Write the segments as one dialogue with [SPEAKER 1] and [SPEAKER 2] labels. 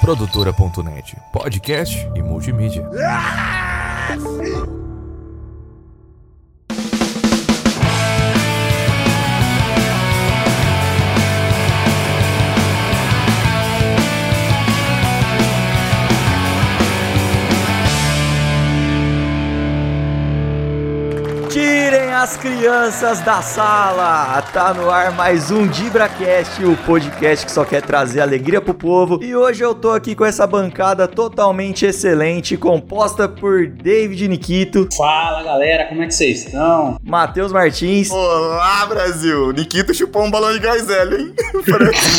[SPEAKER 1] Produtora.net, podcast e multimídia.
[SPEAKER 2] Tirem as crianças da sala! Tá no ar mais um DibraCast, o podcast que só quer trazer alegria pro povo. E hoje eu tô aqui com essa bancada totalmente excelente, composta por David Nikito,
[SPEAKER 3] Fala galera, como é que vocês estão?
[SPEAKER 2] Matheus Martins
[SPEAKER 4] Olá, Brasil! Nikito chupou um balão de gás hélio, hein?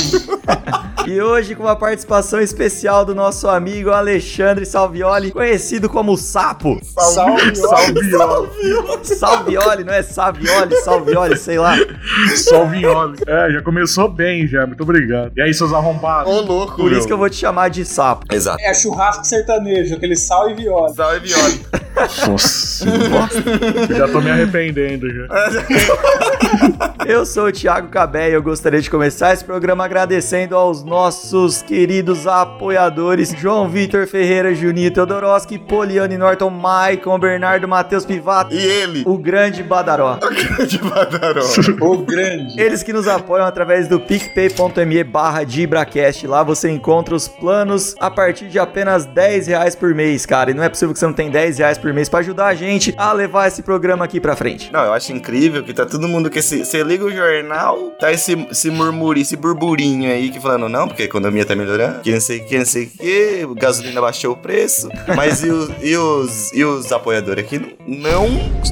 [SPEAKER 2] e hoje com uma participação especial do nosso amigo Alexandre Salvioli, conhecido como Sapo.
[SPEAKER 3] Salve,
[SPEAKER 2] Salvioli, não é Savioli, Salvioli, sei lá.
[SPEAKER 5] Salvignoli. É, já começou bem já, muito obrigado. E aí, seus arrombados?
[SPEAKER 4] Ô, louco,
[SPEAKER 2] Por isso que eu
[SPEAKER 4] meu.
[SPEAKER 2] vou te chamar de Sapo.
[SPEAKER 4] Exato.
[SPEAKER 3] É churrasco sertanejo, aquele sal e viola.
[SPEAKER 4] Salve, Violi.
[SPEAKER 5] Nossa, eu já tô me arrependendo já.
[SPEAKER 2] Eu sou o Thiago Cabé e eu gostaria de começar esse programa agradecendo aos nossos queridos apoiadores João Vitor Ferreira, Juninho Teodoroski, Poliane Norton, Maicon, Bernardo, Matheus Pivato,
[SPEAKER 4] E ele?
[SPEAKER 2] o grande Badaró.
[SPEAKER 4] de Badaró.
[SPEAKER 3] O grande.
[SPEAKER 2] Eles que nos apoiam através do picpay.me barra DibraCast. Lá você encontra os planos a partir de apenas 10 reais por mês, cara. E não é possível que você não tenha 10 reais por mês pra ajudar a gente a levar esse programa aqui pra frente.
[SPEAKER 4] Não, eu acho incrível que tá todo mundo que esse. Você liga o jornal, tá esse, esse murmurinho, esse burburinho aí que falando, não, porque a economia tá melhorando, que não sei o que, não sei o que, o gasolina baixou o preço. Mas e os, e os, e os apoiadores aqui? Não,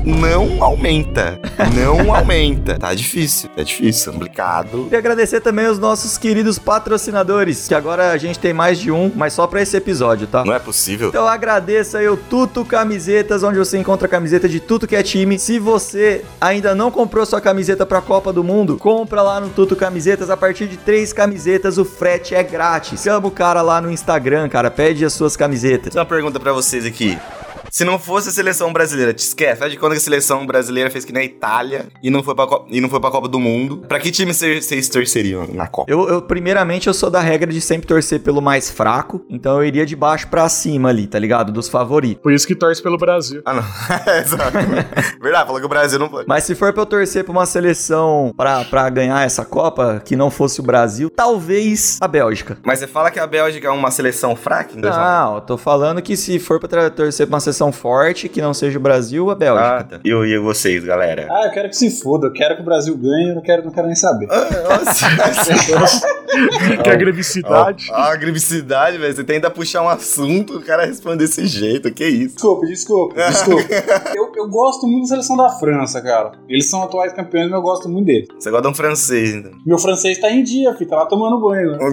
[SPEAKER 4] não aumenta. Não aumenta. Tá difícil. É difícil, complicado.
[SPEAKER 2] E agradecer também os nossos queridos patrocinadores, que agora a gente tem mais de um, mas só pra esse episódio, tá?
[SPEAKER 4] Não é possível.
[SPEAKER 2] Então agradeça aí o Tuto Camisetas, onde você encontra camiseta de tudo que é time. Se você ainda não comprou sua camiseta pra Copa do Mundo, compra lá no Tuto Camisetas. A partir de três camisetas, o frete é grátis. Chama o cara lá no Instagram, cara. Pede as suas camisetas.
[SPEAKER 4] Só uma pergunta pra vocês aqui. Se não fosse a seleção brasileira, te esquece, faz de conta que a seleção brasileira fez que nem a Itália e não foi pra, Co- e não foi pra Copa do Mundo. Pra que time vocês vocês torceriam na Copa?
[SPEAKER 2] Eu, eu, primeiramente, eu sou da regra de sempre torcer pelo mais fraco. Então eu iria de baixo pra cima ali, tá ligado? Dos favoritos.
[SPEAKER 5] Por isso que torce pelo Brasil.
[SPEAKER 4] Ah, não. Exato. Verdade, falou que o Brasil não foi.
[SPEAKER 2] Mas se for pra eu torcer pra uma seleção pra, pra ganhar essa Copa, que não fosse o Brasil, talvez a Bélgica.
[SPEAKER 4] Mas você fala que a Bélgica é uma seleção fraca em dois a um?
[SPEAKER 2] Não, eu tô falando que se for pra tra- torcer pra uma seleção forte, que não seja o Brasil, a Bélgica.
[SPEAKER 4] Ah, tá. E eu- e vocês, galera?
[SPEAKER 3] Ah, eu quero que se foda, eu quero que o Brasil ganhe, eu não quero, não quero nem saber.
[SPEAKER 5] que agressividade.
[SPEAKER 4] Ó, a agressividade, velho. Você tenta puxar um assunto, o cara responde desse jeito. Que isso?
[SPEAKER 3] Desculpa, desculpa, desculpa. Eu, eu gosto muito da seleção da França, cara. Eles são atuais campeões, mas eu gosto muito deles.
[SPEAKER 4] Você gosta de um francês, então.
[SPEAKER 3] Meu francês tá em dia, filho, tá lá tomando banho. Né?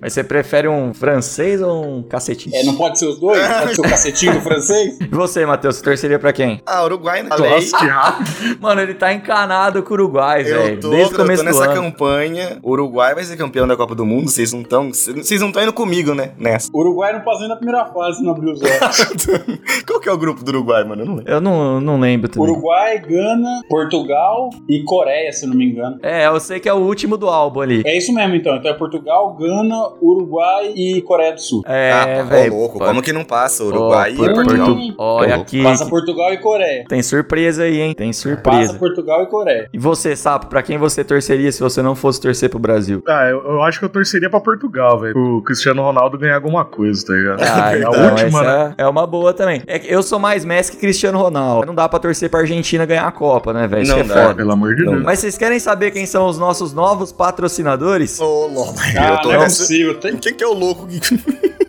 [SPEAKER 2] Mas você prefere um francês ou um cacetinho?
[SPEAKER 3] É, não pode ser os dois? Pode ser o cacetinho do francês?
[SPEAKER 2] E você, Matheus, você torceria pra quem?
[SPEAKER 4] Ah, Uruguai, né? Falei.
[SPEAKER 5] Nossa, que rápido.
[SPEAKER 2] Mano, ele tá encanado com o Uruguai, velho.
[SPEAKER 4] Eu tô,
[SPEAKER 2] é, Desde o
[SPEAKER 4] eu
[SPEAKER 2] começo
[SPEAKER 4] tô
[SPEAKER 2] do
[SPEAKER 4] nessa
[SPEAKER 2] ano.
[SPEAKER 4] campanha. O Uruguai vai ser campeão da Copa do Mundo. Vocês não estão. Vocês não estão indo comigo, né? Nessa.
[SPEAKER 3] O Uruguai não passou nem na primeira fase, se não abriu os olhos.
[SPEAKER 4] Qual que é o grupo do Uruguai, mano? Eu não lembro.
[SPEAKER 2] Eu não, não lembro também.
[SPEAKER 3] Uruguai, Gana, Portugal e Coreia, se eu não me engano.
[SPEAKER 2] É, eu sei que é o último do álbum ali.
[SPEAKER 3] É isso mesmo, então. Então é Portugal, Gana, Uruguai e Coreia do Sul.
[SPEAKER 2] É,
[SPEAKER 4] ah, pá,
[SPEAKER 2] velho.
[SPEAKER 4] ô, louco.
[SPEAKER 2] pô.
[SPEAKER 4] Como que não passa?
[SPEAKER 2] Ô,
[SPEAKER 4] Uruguai
[SPEAKER 2] por-
[SPEAKER 4] e Portugal.
[SPEAKER 2] Portu- Olha
[SPEAKER 4] Ô, louco.
[SPEAKER 2] aqui.
[SPEAKER 3] Passa Portugal e Coreia.
[SPEAKER 2] Tem surpresa aí, hein? Tem
[SPEAKER 4] É
[SPEAKER 3] Passa
[SPEAKER 2] surpresa.
[SPEAKER 3] Portugal e Coreia.
[SPEAKER 2] E você, Sapo, pra quem você torceria se você não fosse torcer pro Brasil?
[SPEAKER 5] Ah, eu, eu acho que eu torceria pra Portugal, velho. O Cristiano Ronaldo ganhar alguma coisa, tá ligado?
[SPEAKER 2] Ah,
[SPEAKER 5] É
[SPEAKER 2] então,
[SPEAKER 5] a última, né?
[SPEAKER 2] essa é uma boa também. É que eu sou mais Messi que Cristiano Ronaldo. Não dá pra torcer pra Argentina ganhar a Copa, né, velho? Isso
[SPEAKER 4] Não
[SPEAKER 2] que é
[SPEAKER 4] dá,
[SPEAKER 2] foda.
[SPEAKER 5] Ah, Pelo amor de
[SPEAKER 4] Não.
[SPEAKER 5] Deus.
[SPEAKER 2] Mas vocês querem saber quem são os nossos novos patrocinadores?
[SPEAKER 4] Ô, louco.
[SPEAKER 3] Ah,
[SPEAKER 4] Eu tô
[SPEAKER 3] não é
[SPEAKER 4] nessa.
[SPEAKER 3] possível. Tem-
[SPEAKER 4] Quem que é o louco?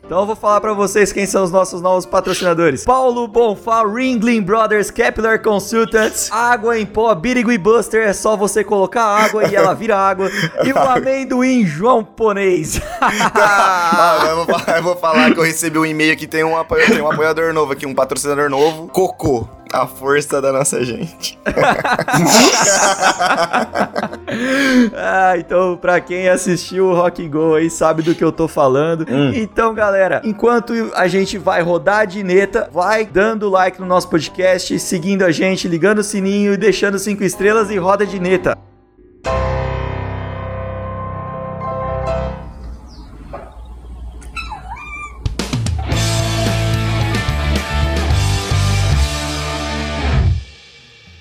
[SPEAKER 2] Então eu vou falar pra vocês quem são os nossos novos patrocinadores. Paulo Bonfá, Ringling Brothers, Kepler Consultants, Água em Pó, Birigui Buster, é só você colocar água e ela vira água. E o amendoim João Ponês.
[SPEAKER 4] Ah, eu, vou falar, eu vou falar que eu recebi um e-mail que tem um, apoio, tem um apoiador novo aqui, um patrocinador novo. Cocô. A força da nossa gente.
[SPEAKER 2] Ah, então pra quem assistiu o Rock Go aí sabe do que eu tô falando. Então, galera, enquanto a gente vai rodar a dineta, vai dando like no nosso podcast, seguindo a gente, ligando o sininho e deixando cinco estrelas e roda a dineta.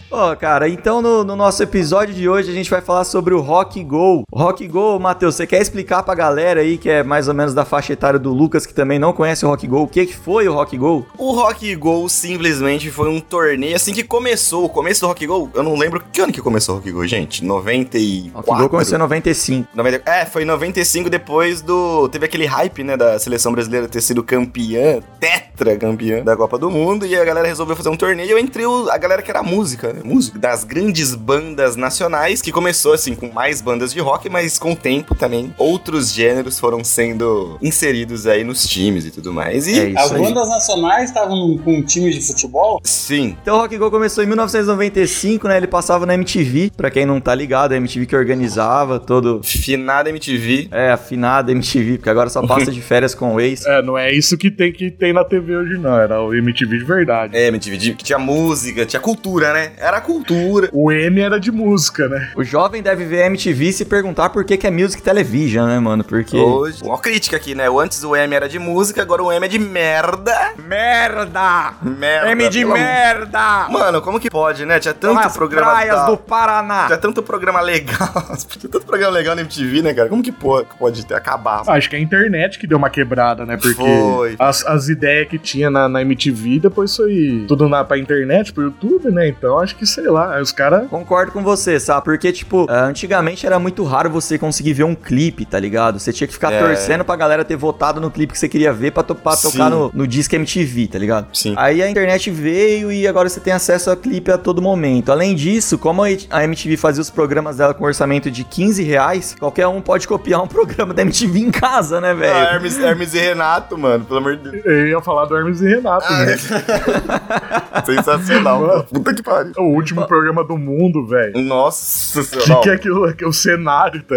[SPEAKER 2] Pô, cara, então no, no nosso episódio de hoje a gente vai falar sobre o Rock Go. Rock Go, Matheus, você quer explicar pra galera aí que é mais ou menos da faixa etária do Lucas, que também não conhece o Rock Go, o que, que foi o Rock Go?
[SPEAKER 4] O Rock Go simplesmente foi um torneio assim que começou. O começo do Rock Go, eu não lembro que ano que começou o Rock Go, gente. 94.
[SPEAKER 2] Rock Go começou em 95.
[SPEAKER 4] 90 É, foi em 95 depois do. Teve aquele hype, né, da seleção brasileira ter sido campeã, tetra campeã da Copa do Mundo, e a galera resolveu fazer um torneio entre o- a galera que era música, né? Música. Das grandes bandas nacionais, que começou assim com mais bandas de rock, mas com o tempo também outros gêneros foram sendo inseridos aí nos times e tudo mais. E.
[SPEAKER 2] É isso.
[SPEAKER 3] As
[SPEAKER 2] aí.
[SPEAKER 3] bandas nacionais estavam num- com um time de futebol?
[SPEAKER 4] Sim,
[SPEAKER 2] Então o Rock Go começou em 1995, né? Ele passava na MTV, pra quem não tá ligado, a MTV que organizava todo.
[SPEAKER 4] finada MTV.
[SPEAKER 2] É, afinada MTV, porque agora só passa de férias com o ex.
[SPEAKER 5] É, não é isso que tem que tem na TV hoje, não. Era o MTV de verdade.
[SPEAKER 4] É, MTV, de- que tinha música, tinha cultura, né? Era cultura.
[SPEAKER 5] O M era de música, né?
[SPEAKER 2] O jovem deve ver a MTV e se perguntar por que, que é Music Television, né, mano? Porque.
[SPEAKER 4] Hoje. Uma crítica aqui, né? Antes o M era de música, agora o M é de merda.
[SPEAKER 2] Merda!
[SPEAKER 4] Merda.
[SPEAKER 2] M de
[SPEAKER 4] pelo amor-
[SPEAKER 2] merda!
[SPEAKER 4] Mano, como que pode, né? Tinha tanto
[SPEAKER 2] As
[SPEAKER 4] programa.
[SPEAKER 2] praias
[SPEAKER 4] da-
[SPEAKER 2] do Paraná!
[SPEAKER 4] Tinha tanto programa legal. Tinha tanto programa legal na MTV, né, cara? Como que pode, pode ter, acabar?
[SPEAKER 2] Ah,
[SPEAKER 5] Acho que é a internet que deu uma quebrada, né? Porque
[SPEAKER 4] Foi.
[SPEAKER 5] as, as ideias que tinha na, na MTV, depois foi tudo na, pra internet, pro YouTube, né? Então acho que, sei lá, aí os caras.
[SPEAKER 2] Concordo com você, sabe? Porque, tipo, ah, antigamente era muito raro você conseguir ver um clipe, tá ligado? Você tinha que ficar
[SPEAKER 4] É.
[SPEAKER 2] torcendo pra galera ter votado no clipe que você queria ver pra, to- pra
[SPEAKER 4] Sim.
[SPEAKER 2] tocar no, no disco MTV, tá ligado?
[SPEAKER 4] Sim.
[SPEAKER 2] Aí a internet veio e agora você tem acesso a clipe a todo momento. Além disso, como a H- a MTV fazia os programas dela com orçamento de 15 reais, qualquer um pode copiar um programa da MTV em casa, né,
[SPEAKER 4] Ah,
[SPEAKER 2] velho?
[SPEAKER 4] Hermes, Hermes e Renato, mano, pelo amor de Deus.
[SPEAKER 5] Eu ia eh, falar do Hermes e Renato, né?
[SPEAKER 4] Sensacional. Puta que pariu.
[SPEAKER 5] O último programa do mundo, velho.
[SPEAKER 4] Nossa
[SPEAKER 5] O
[SPEAKER 4] senhora.
[SPEAKER 5] que, que é aquilo? aqui? O cenário, tá?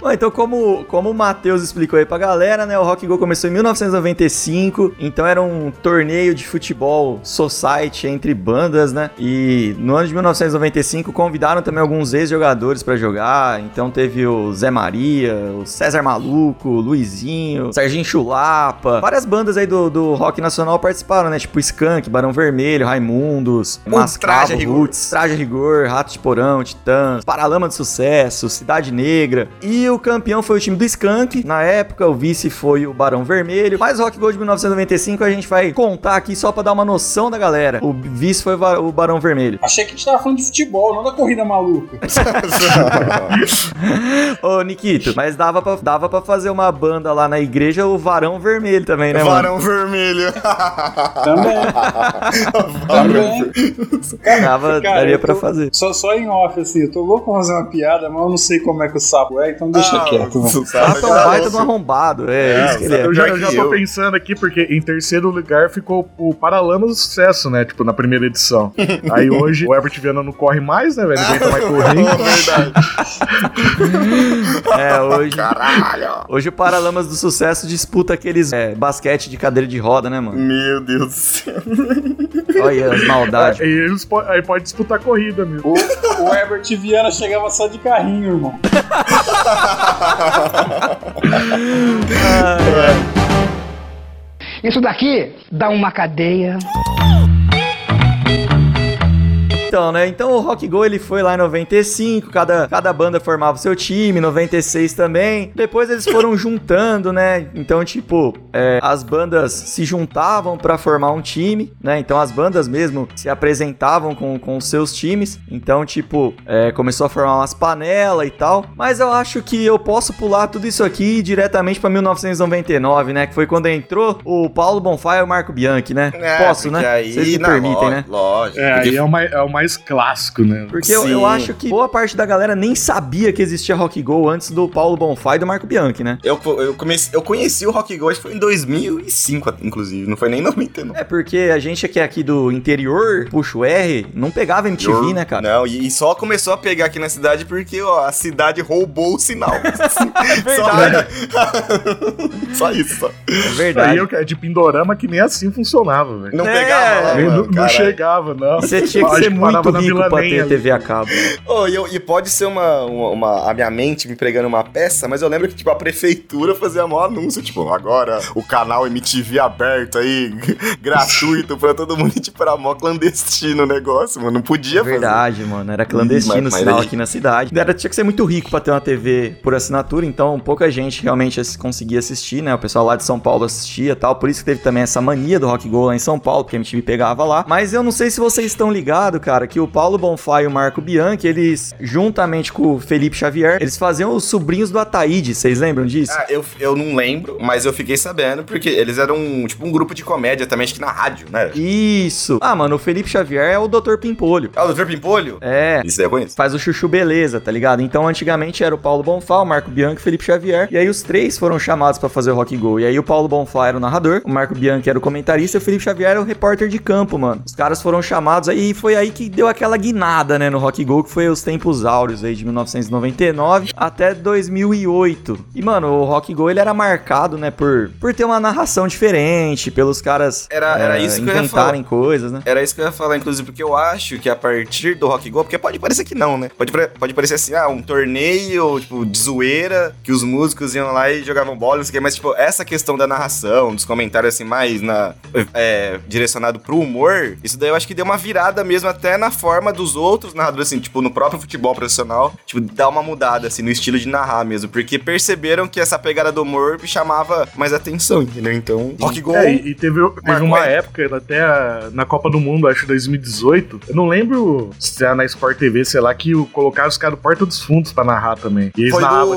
[SPEAKER 2] Bom, então, como, como o Matheus explicou aí pra galera, né? O Rock Go começou em 1995, então era um torneio de futebol society entre bandas, né? E no ano de 1995 convidaram também alguns ex-jogadores pra jogar. Então teve o Zé Maria, o César Maluco, o Luizinho, Serginho Chulapa. Várias bandas aí do, do rock nacional participaram, né? Tipo Skank, Barão Vermelho, Raimundos,
[SPEAKER 4] O Um Traje a
[SPEAKER 2] Mascavo,
[SPEAKER 4] Rigor.
[SPEAKER 2] Roots. Roots, Traje a Rigor, Rato de Porão, Titãs, Paralama do Sucesso, Cidade Negra. E o campeão foi o time do Skank. Na época, o vice foi o Barão Vermelho. Mas Rock Gold de 1995 a gente vai contar aqui só pra dar uma noção da galera. O vice foi o Ba- o Barão Vermelho.
[SPEAKER 3] Achei que a gente tava falando de futebol, não da corrida maluca.
[SPEAKER 2] é Ô, Nikito, mas dava pra, dava pra fazer uma banda lá na igreja, o Varão Vermelho também, né, mano?
[SPEAKER 4] Varão vermelho.
[SPEAKER 3] Também. Também.
[SPEAKER 2] Dava,
[SPEAKER 3] Cara,
[SPEAKER 2] daria
[SPEAKER 3] eu
[SPEAKER 2] pra
[SPEAKER 3] tô-
[SPEAKER 2] fazer.
[SPEAKER 3] Só, só em off, assim, eu tô louco pra fazer uma piada, mas eu não sei como é que o sapo é, então deixa
[SPEAKER 4] Ah,
[SPEAKER 3] quieto. mano.
[SPEAKER 4] sabe,
[SPEAKER 2] Ah, tão
[SPEAKER 4] cara,
[SPEAKER 2] baita do arrombado, é, isso que ele é.
[SPEAKER 5] Eu já,
[SPEAKER 4] pior
[SPEAKER 5] eu já
[SPEAKER 4] que
[SPEAKER 5] tô
[SPEAKER 4] eu.
[SPEAKER 5] pensando aqui, porque em terceiro lugar ficou o Paralamas do Sucesso, né? Tipo, na primeira edição. Aí hoje o Herbert Viana não corre mais, né, velho? Ninguém tá mais correndo.
[SPEAKER 4] Verdade.
[SPEAKER 2] É, hoje,
[SPEAKER 4] Caralho.
[SPEAKER 2] hoje o Paralamas do Sucesso disputa aqueles é, basquete de cadeira de roda, né, mano?
[SPEAKER 4] Meu Deus do céu.
[SPEAKER 2] Olha aí as maldades.
[SPEAKER 5] Aí, eles po- aí pode disputar corrida, meu.
[SPEAKER 3] O, o Herbert Viana chegava só de carrinho, irmão.
[SPEAKER 6] Isso daqui dá uma cadeia.
[SPEAKER 2] Então, né? Então o Rock Go ele foi lá em 95, cada, cada banda formava o seu time, 96 também. Depois eles foram juntando, né? Então, tipo, é, as bandas se juntavam pra formar um time, né? Então as bandas mesmo se apresentavam com, com os seus times. Então, tipo, é, começou a formar umas panelas e tal. Mas eu acho que eu posso pular tudo isso aqui diretamente pra 1999, né? Que foi quando entrou o Paulo Bonfá e o Marco Bianchi, né? posso,
[SPEAKER 4] É, porque
[SPEAKER 2] né?
[SPEAKER 4] Aí,
[SPEAKER 2] Vocês me
[SPEAKER 4] na-
[SPEAKER 2] permitem,
[SPEAKER 4] lógico,
[SPEAKER 2] né?
[SPEAKER 4] Lógico.
[SPEAKER 5] É,
[SPEAKER 4] porque
[SPEAKER 5] aí é o mais, é o mais clássico, né?
[SPEAKER 2] Porque eu, eu
[SPEAKER 4] Sim.
[SPEAKER 2] acho que boa parte da galera nem sabia que existia Rock Go antes do Paulo Bonfá e do Marco Bianchi, né?
[SPEAKER 4] Eu, eu, comecei, eu conheci o Rock Go, acho que foi em 2005, inclusive. Não foi nem em 99.
[SPEAKER 2] É porque a gente que é aqui do interior, puxa o R, não pegava MTV, né, cara?
[SPEAKER 4] Não, e, e só começou a pegar aqui na cidade porque ó, a cidade roubou o sinal. É
[SPEAKER 5] É
[SPEAKER 4] só, só isso, só.
[SPEAKER 2] É
[SPEAKER 5] Aí
[SPEAKER 2] verdade.
[SPEAKER 5] eu, que é de Pindorama que nem assim funcionava, velho.
[SPEAKER 4] Não
[SPEAKER 2] É.
[SPEAKER 4] pegava lá,
[SPEAKER 5] Nem-
[SPEAKER 4] mano,
[SPEAKER 5] Não, não
[SPEAKER 4] caralho.
[SPEAKER 5] chegava, não.
[SPEAKER 2] Você tinha que
[SPEAKER 5] Acho
[SPEAKER 2] ser muito
[SPEAKER 5] que morava na
[SPEAKER 2] rico
[SPEAKER 5] Vila
[SPEAKER 2] pra
[SPEAKER 5] Lenha
[SPEAKER 2] ter
[SPEAKER 5] ali.
[SPEAKER 2] TV a cabo.
[SPEAKER 4] Oh, e, eu- e pode ser uma, uma, uma- a minha mente me pregando uma peça, mas eu lembro que, tipo, a prefeitura fazia maior anúncio, tipo, agora o canal MTV aberto aí, gratuito pra todo mundo, e, tipo, era mó clandestino o negócio, mano, não podia fazer.
[SPEAKER 2] Verdade, mano. Era clandestino
[SPEAKER 4] Mas-
[SPEAKER 2] o
[SPEAKER 4] mas
[SPEAKER 2] sinal
[SPEAKER 4] aí-
[SPEAKER 2] aqui na cidade. Era, tinha que ser muito rico pra ter uma TV por assinatura, então pouca gente realmente as- conseguia assistir, né? O pessoal lá de São Paulo assistia e tal. Por isso que teve também essa mania do Rock Go lá em São Paulo, porque a MTV pegava lá. Mas eu não sei se vocês estão ligados, cara, que o Paulo Bonfá e o Marco Bianchi, eles, juntamente com o Felipe Xavier, eles faziam os sobrinhos do Ataíde. Vocês lembram disso?
[SPEAKER 4] Ah, eu, eu não lembro, mas eu fiquei sabendo, porque eles eram, tipo, um grupo de comédia também, acho que na rádio, né?
[SPEAKER 2] Isso. Ah, mano, o Felipe Xavier é o Dr. Pimpolho.
[SPEAKER 4] Ah, o Dr. Pimpolho?
[SPEAKER 2] É,
[SPEAKER 4] Isso daí eu conheço.
[SPEAKER 2] faz o chuchu beleza, tá ligado? Então antigamente era o Paulo Bonfá, o Marco Bianchi, o Felipe Xavier, e aí os três foram chamados pra fazer o Rock Go. E aí o Paulo Bonfá era o narrador, o Marco Bianchi era o comentarista, e o Felipe Xavier era o repórter de campo, mano. Os caras foram chamados aí e foi aí que deu aquela guinada, né, no Rock Go, que foi os tempos áureos aí de 1999 até 2008. E mano, o Rock Go ele era marcado, né, por por ter uma narração diferente, pelos caras
[SPEAKER 4] Era- era
[SPEAKER 2] eh,
[SPEAKER 4] isso que eu ia
[SPEAKER 2] inventarem coisas, né?
[SPEAKER 4] Era isso que eu ia falar, inclusive, porque eu acho que a partir do Rock Go, porque pode parecer que não, né? Pode, pare- pode parecer assim, ah, um torneio, tipo, de zoeira, que os músicos iam lá e jogavam bola, não sei o quê, mas, tipo, essa questão da narração, dos comentários, assim, mais na, é, direcionado pro humor, isso daí eu acho que deu uma virada mesmo até na forma dos outros narradores, assim, tipo, no próprio futebol profissional, tipo, dá uma mudada, assim, no estilo de narrar mesmo, porque perceberam que essa pegada do humor chamava mais atenção, entendeu? Então, Rock Go...
[SPEAKER 5] É, e e teve, teve
[SPEAKER 4] Marco
[SPEAKER 5] uma
[SPEAKER 4] Ed.
[SPEAKER 5] época, até a- na Copa do Mundo, acho 2018. Eu não lembro se era na Sport TV, sei lá, que o- colocaram os caras do Porta dos Fundos pra narrar também. E eles
[SPEAKER 4] Foi do-
[SPEAKER 5] narravam,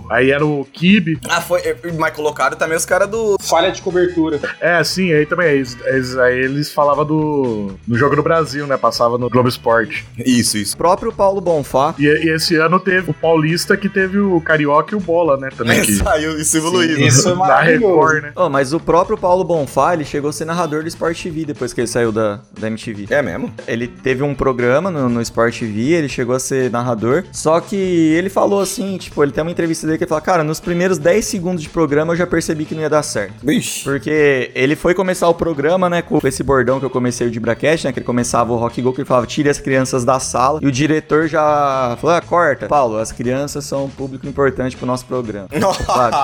[SPEAKER 5] tipo. Aí era o Kibe.
[SPEAKER 4] Ah, foi. Mas colocaram também os caras do
[SPEAKER 3] Falha de cobertura.
[SPEAKER 5] É, assim, aí também. Eles, eles- aí eles falavam do. No Jogo do Brasil, né? Passava no Globo Esporte.
[SPEAKER 4] Isso, isso.
[SPEAKER 2] O próprio Paulo Bonfá
[SPEAKER 5] E, e esse ano teve o Paulista, que teve o Carioca e o Bola, né? Também. Que,
[SPEAKER 4] É, Saiu e se
[SPEAKER 3] Sim, isso
[SPEAKER 4] é
[SPEAKER 3] foi
[SPEAKER 5] da
[SPEAKER 3] maravilhoso.
[SPEAKER 5] Record, né?
[SPEAKER 2] Ó, mas o próprio Paulo Bonfá, ele chegou a ser narrador do Sport TV depois que ele saiu da, da MTV.
[SPEAKER 4] É mesmo?
[SPEAKER 2] Ele teve um programa no, no Sport TV, ele chegou a ser narrador. Só que ele falou assim, tipo, ele tem uma entrevista dele que ele fala, cara, nos primeiros 10 segundos de programa eu já percebi que não ia dar certo.
[SPEAKER 4] Vixe.
[SPEAKER 2] Porque ele foi começar o programa, né, com esse bordão que eu comecei o de braquete, né, que ele começava o Rock Go, que ele falava, tire as crianças da sala, e o diretor já falou, ah, corta. Paulo, as crianças são um público importante pro nosso programa. Sabe?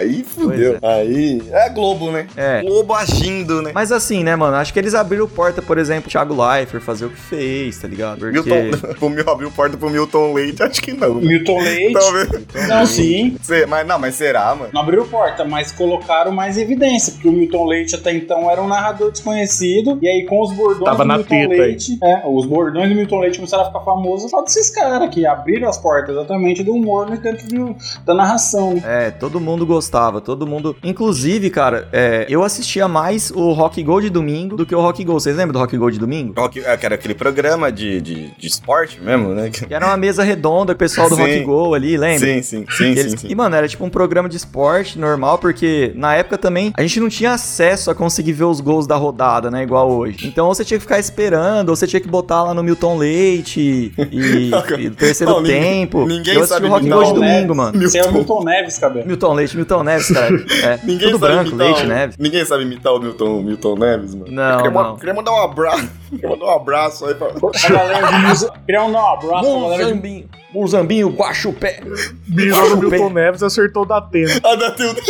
[SPEAKER 4] Aí fudeu. Aí. É Globo, né?
[SPEAKER 2] É.
[SPEAKER 4] Globo agindo, né?
[SPEAKER 2] Mas assim, né, mano? Acho que eles abriram porta, por exemplo, Thiago Leifert fazer o que fez, tá ligado? Porque...
[SPEAKER 4] Milton. pro Mil, abriu porta pro Milton Leite, acho que não. né?
[SPEAKER 3] Milton Leite.
[SPEAKER 4] Talvez.
[SPEAKER 3] Não, sim.
[SPEAKER 4] Cê- mas, não, mas será, mano?
[SPEAKER 3] Não abriu porta, mas colocaram mais evidência, porque o Milton Leite até então era um narrador desconhecido, e aí com os bordões
[SPEAKER 5] Tava
[SPEAKER 3] do
[SPEAKER 5] na
[SPEAKER 3] Milton
[SPEAKER 5] teta aí.
[SPEAKER 3] Leite, é, os bordões do Milton Leite começaram a ficar famosos só desses caras que abriram as portas exatamente do humor né, dentro do- da narração. né?
[SPEAKER 2] É, todo mundo gostava, todo mundo. Inclusive, cara, é, eu assistia mais o Rock Go de domingo do que o Rock Go. Vocês lembram do Rock Go de domingo?
[SPEAKER 4] Rock- é, Que era aquele programa de, de, de esporte mesmo, né? Que-
[SPEAKER 2] Que era uma mesa redonda, o pessoal do
[SPEAKER 4] Sim.
[SPEAKER 2] Rock Go ali, lembra?
[SPEAKER 4] Sim, sim, sim,
[SPEAKER 2] E eles-
[SPEAKER 4] sim, sim.
[SPEAKER 2] E, mano, era tipo um programa de esporte normal, porque na época também a gente não tinha acesso a conseguir ver os gols da rodada, né? Igual hoje. Então ou você tinha que ficar esperando, ou você tinha que botar lá no Milton Leite e, e no terceiro
[SPEAKER 4] Não, ninguém-
[SPEAKER 2] tempo.
[SPEAKER 4] ninguém
[SPEAKER 2] Eu assisti
[SPEAKER 4] sabe
[SPEAKER 2] o Rock
[SPEAKER 4] Milton
[SPEAKER 2] Gol de
[SPEAKER 3] Neves.
[SPEAKER 2] domingo, mano.
[SPEAKER 3] Você é o Milton Neves, cabelo.
[SPEAKER 2] Milton Leite, Milton Neves, cara. É,
[SPEAKER 4] Ninguém
[SPEAKER 2] tudo
[SPEAKER 4] sabe
[SPEAKER 2] branco,
[SPEAKER 4] imitar
[SPEAKER 2] Leite,
[SPEAKER 4] o-
[SPEAKER 2] Neves.
[SPEAKER 4] Ninguém sabe imitar o Milton, Milton Neves, mano.
[SPEAKER 2] Não,
[SPEAKER 4] Eu queria,
[SPEAKER 2] não.
[SPEAKER 4] eu queria mandar um abraço. Queria mandar um abraço aí pra.
[SPEAKER 3] A galera de Musa... Criar um abraço pra galera de
[SPEAKER 2] Muzambinho, Muzambinho, guaxupé.
[SPEAKER 5] Mirou no
[SPEAKER 2] Bem-
[SPEAKER 5] Milton Neves acertou o da Atena.
[SPEAKER 4] Ah, da Tilda.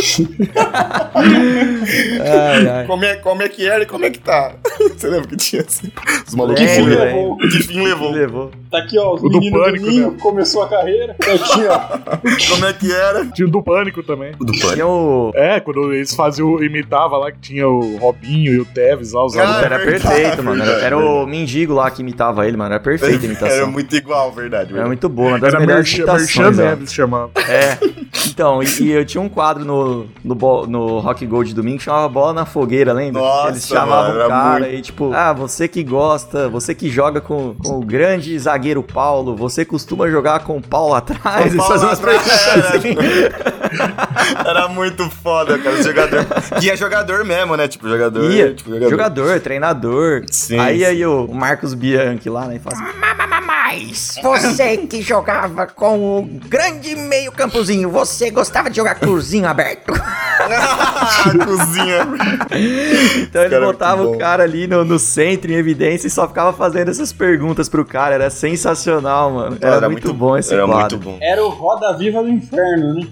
[SPEAKER 2] Ai, ai.
[SPEAKER 4] Como é, como é que era e como é que tá? Você lembra que tinha assim? Os malucos
[SPEAKER 5] é
[SPEAKER 2] Lembro,
[SPEAKER 4] que fim
[SPEAKER 2] velho.
[SPEAKER 4] levou. Que fim levou.
[SPEAKER 2] Levou.
[SPEAKER 3] Tá aqui, ó, os
[SPEAKER 5] O do
[SPEAKER 3] meninos do
[SPEAKER 5] Pânico,
[SPEAKER 3] Ninho,
[SPEAKER 5] né?
[SPEAKER 3] começou a carreira. Tá aqui, ó.
[SPEAKER 4] Como é que
[SPEAKER 2] Tá
[SPEAKER 4] era?
[SPEAKER 5] Tinha o do Pânico também.
[SPEAKER 4] O do pânico.
[SPEAKER 2] Tinha o.
[SPEAKER 5] É, quando eles faziam, imitava lá que tinha o Robinho e o Tevez lá, os
[SPEAKER 4] Ah,
[SPEAKER 5] alunos.
[SPEAKER 2] Era
[SPEAKER 4] verdade,
[SPEAKER 2] perfeito, mano. Era,
[SPEAKER 4] verdade,
[SPEAKER 2] era o mendigo lá que imitava ele, mano. Era perfeita a imitação.
[SPEAKER 4] Era é muito igual, verdade.
[SPEAKER 2] Era
[SPEAKER 4] verdade.
[SPEAKER 2] É muito boa, uma das
[SPEAKER 5] Era
[SPEAKER 2] melhores né?
[SPEAKER 5] Merchan, Merchan
[SPEAKER 2] imitações. ó.
[SPEAKER 5] Neves chamava.
[SPEAKER 2] É. Então, e, e eu tinha um quadro no, no, bo- no Rock Gold de domingo que chamava Bola na Fogueira, lembra?
[SPEAKER 4] Nossa,
[SPEAKER 2] Eles chamavam
[SPEAKER 4] mano,
[SPEAKER 2] o
[SPEAKER 4] era
[SPEAKER 2] cara
[SPEAKER 4] muito-
[SPEAKER 2] e tipo, ah, você que gosta, você que joga com, com o grande zagueiro Paulo, você costuma jogar com o Paulo atrás.
[SPEAKER 4] Com o
[SPEAKER 2] Eles
[SPEAKER 4] Paulo
[SPEAKER 2] faziam umas
[SPEAKER 4] atrás, é, tipo,
[SPEAKER 2] perguntas assim.
[SPEAKER 4] Era muito foda, cara. Os jogador. Que é jogador mesmo, né? Tipo, jogador.
[SPEAKER 2] Ia,
[SPEAKER 4] Tipo,
[SPEAKER 2] jogador. treinador.
[SPEAKER 4] Sim,
[SPEAKER 2] aí
[SPEAKER 4] sim.
[SPEAKER 2] aí o Marcos Bianchi lá, né, e fala assim,
[SPEAKER 6] Mas você que jogava com o grande meio campozinho, você gostava de jogar cruzinho aberto.
[SPEAKER 4] Ah, cozinha.
[SPEAKER 2] Então ele
[SPEAKER 4] cara é muito
[SPEAKER 2] Então botava o
[SPEAKER 4] bom.
[SPEAKER 2] cara ali ali no, no centro, em evidência, e só ficava fazendo essas perguntas pro cara. Era sensacional, mano. Era, muito, bom esse
[SPEAKER 4] Era
[SPEAKER 2] quadro.
[SPEAKER 4] muito bom.
[SPEAKER 3] Era o Roda Viva do Inferno, né?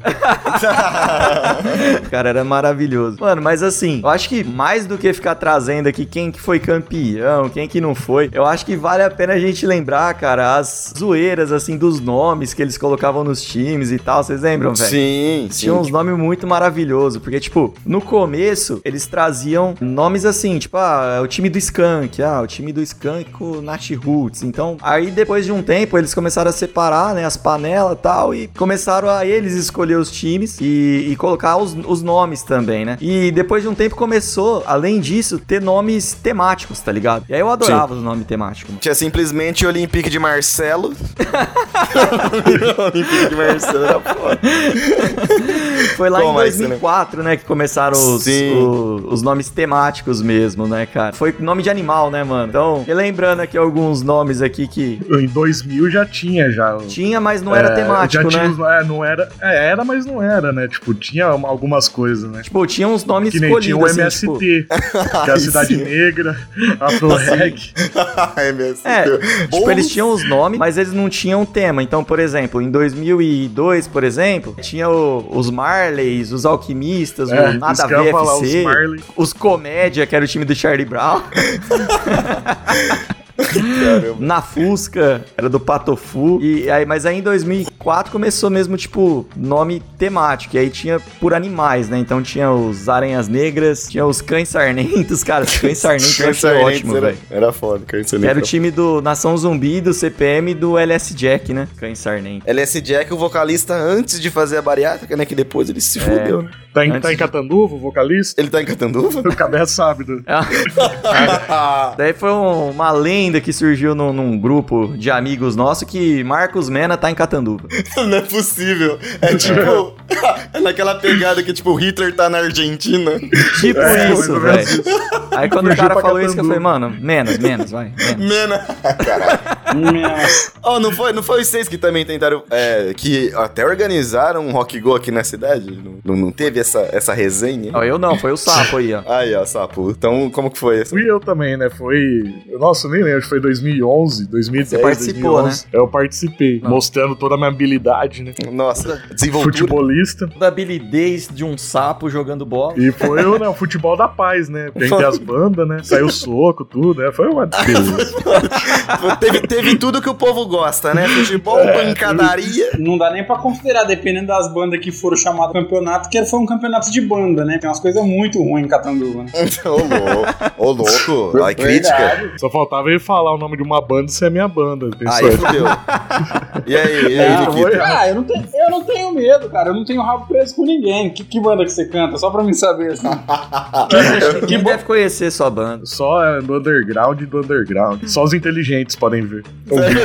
[SPEAKER 2] Cara, era maravilhoso. Mano, mas assim, eu acho que mais do que ficar trazendo aqui quem que foi campeão, quem que não foi, eu acho que vale a pena a gente lembrar, cara, as zoeiras, assim, dos nomes que eles colocavam nos times e tal. Vocês lembram, Então, velho?
[SPEAKER 4] Sim, sim.
[SPEAKER 2] Tinha uns nomes muito maravilhosos, porque, tipo, no começo, eles traziam nomes assim, tipo, ah, é o time do Skank, ah, o time do Skank com o Nath Roots. Então, aí depois de um tempo, eles começaram a separar, né, as panelas e tal, e começaram a eles escolher os times e, e colocar os, os nomes também, né? E depois de um tempo começou, além disso, ter nomes temáticos, tá ligado? E aí eu adorava os nomes temáticos.
[SPEAKER 4] Tinha simplesmente o Olympique de Marcelo. Olympique de Marcelo era foda.
[SPEAKER 2] Foi lá em
[SPEAKER 4] Como é isso, né?
[SPEAKER 2] 2004, né, que começaram os,
[SPEAKER 4] Sim.
[SPEAKER 2] o- os nomes temáticos mesmo, né, cara? Foi nome de animal, né, mano? Então, relembrando aqui alguns nomes aqui que
[SPEAKER 5] Em 2000 já tinha, já.
[SPEAKER 2] tinha, mas não era
[SPEAKER 5] É,
[SPEAKER 2] temático,
[SPEAKER 5] já
[SPEAKER 2] né?
[SPEAKER 5] tinha, os- é, não era. É, era, mas não era, né? Tipo, tinha algumas coisas, né?
[SPEAKER 2] Tipo, tinha uns nomes
[SPEAKER 5] Que nem tinha o
[SPEAKER 2] escolhidos, assim,
[SPEAKER 5] MST,
[SPEAKER 2] tipo...
[SPEAKER 5] que é a
[SPEAKER 4] Aí
[SPEAKER 5] Cidade
[SPEAKER 4] sim.
[SPEAKER 5] Negra, a Reg.
[SPEAKER 4] Ai, meu Deus.
[SPEAKER 2] É,
[SPEAKER 4] Bons-
[SPEAKER 2] tipo, eles tinham os nomes, mas eles não tinham tema. Então, por exemplo, em 2002, por exemplo, tinha o- os Marleys, os Alquimistas, o Nada a
[SPEAKER 5] É, que eu ia
[SPEAKER 2] Ver
[SPEAKER 5] falar,
[SPEAKER 2] FC,
[SPEAKER 5] os Marley.
[SPEAKER 2] os Comédia, que era o time do Charlie Brown.
[SPEAKER 4] Caramba.
[SPEAKER 2] Na Fusca, era do Patofu. E aí, mas aí em 2004 começou mesmo, tipo, nome temático. E aí tinha por animais, né? Então tinha os Aranhas Negras, tinha os Cães Sarnentos. Cara, os Cães Sarnentos eu achei
[SPEAKER 4] Sarney,
[SPEAKER 2] ótimo,
[SPEAKER 4] era,
[SPEAKER 2] velho.
[SPEAKER 4] era foda, Cães
[SPEAKER 2] Que era o
[SPEAKER 4] Sarney.
[SPEAKER 2] time do Nação Zumbi, do CPM e do LS Jack, né? Cães Sarnentos.
[SPEAKER 4] LS Jack, o vocalista, antes de fazer a bariátrica, né? Que depois ele
[SPEAKER 2] É.
[SPEAKER 4] se fudeu, né?
[SPEAKER 5] Tá em,
[SPEAKER 2] Antes
[SPEAKER 5] tá em
[SPEAKER 2] de-
[SPEAKER 5] Catanduva, o vocalista?
[SPEAKER 4] Ele tá em Catanduva?
[SPEAKER 5] O Cabé sabe. do-
[SPEAKER 2] Daí foi um- uma lenda que surgiu num, num grupo de amigos nossos que Marcos Mena tá em Catanduva.
[SPEAKER 4] Não é possível. É tipo. é naquela pegada que, tipo, o Hitler tá na Argentina.
[SPEAKER 2] Tipo
[SPEAKER 5] É, mais
[SPEAKER 2] isso,
[SPEAKER 5] ou menos
[SPEAKER 2] velho. Aí quando o
[SPEAKER 5] Fugiu
[SPEAKER 2] cara
[SPEAKER 5] pra
[SPEAKER 2] falou isso, que eu falei,
[SPEAKER 5] Catanduva.
[SPEAKER 2] mano, menos, menos, vai. Menos.
[SPEAKER 4] Mena.
[SPEAKER 3] Nossa,
[SPEAKER 4] Oh, não foi, não foi vocês que também tentaram. é, que até organizaram um rock go aqui na cidade? Não, não- não teve essa, essa resenha?
[SPEAKER 2] Não, eu não, foi o sapo aí, ó.
[SPEAKER 4] Aí, ó, sapo. Então, como que foi essa?
[SPEAKER 5] Fui eu também, né? Foi. Nossa, nem lembro, acho que foi 2011, 2010.
[SPEAKER 2] Você participou,
[SPEAKER 5] 2011. É, Eu participei, mostrando toda a minha habilidade, né?
[SPEAKER 4] Nossa, desenvoltura.
[SPEAKER 5] Futebolista.
[SPEAKER 2] Da habilidez de um sapo jogando bola.
[SPEAKER 5] E foi o, né, o futebol da paz, né? Tem que ter as bandas, né? Saiu soco, tudo, né? Foi uma beleza.
[SPEAKER 4] Tipo, teve, teve tudo que o povo gosta, né? Futebol, pancadaria.
[SPEAKER 3] não dá nem pra considerar, dependendo das bandas que foram chamadas ao campeonato, que foi um campeonato de banda, né? Tem umas coisas muito ruins em Catanduva, né?
[SPEAKER 4] Ô, louco. Ô, louco. Ai, crítica.
[SPEAKER 3] Verdade.
[SPEAKER 5] Só faltava ele falar o nome de uma banda e ser a minha banda.
[SPEAKER 4] Aí,
[SPEAKER 5] Pensou?
[SPEAKER 4] fudeu. E aí, e aí,
[SPEAKER 3] Ah,
[SPEAKER 4] Nikita?
[SPEAKER 3] Ah, eu não, tenho, eu não tenho medo, cara. Eu não tenho rabo preso com ninguém. Que, que banda que você canta? Só pra mim saber. assim. que,
[SPEAKER 2] Quem
[SPEAKER 3] que
[SPEAKER 2] deve conhecer sua banda?
[SPEAKER 5] Só é do underground e do underground. Só os inteligentes podem ver.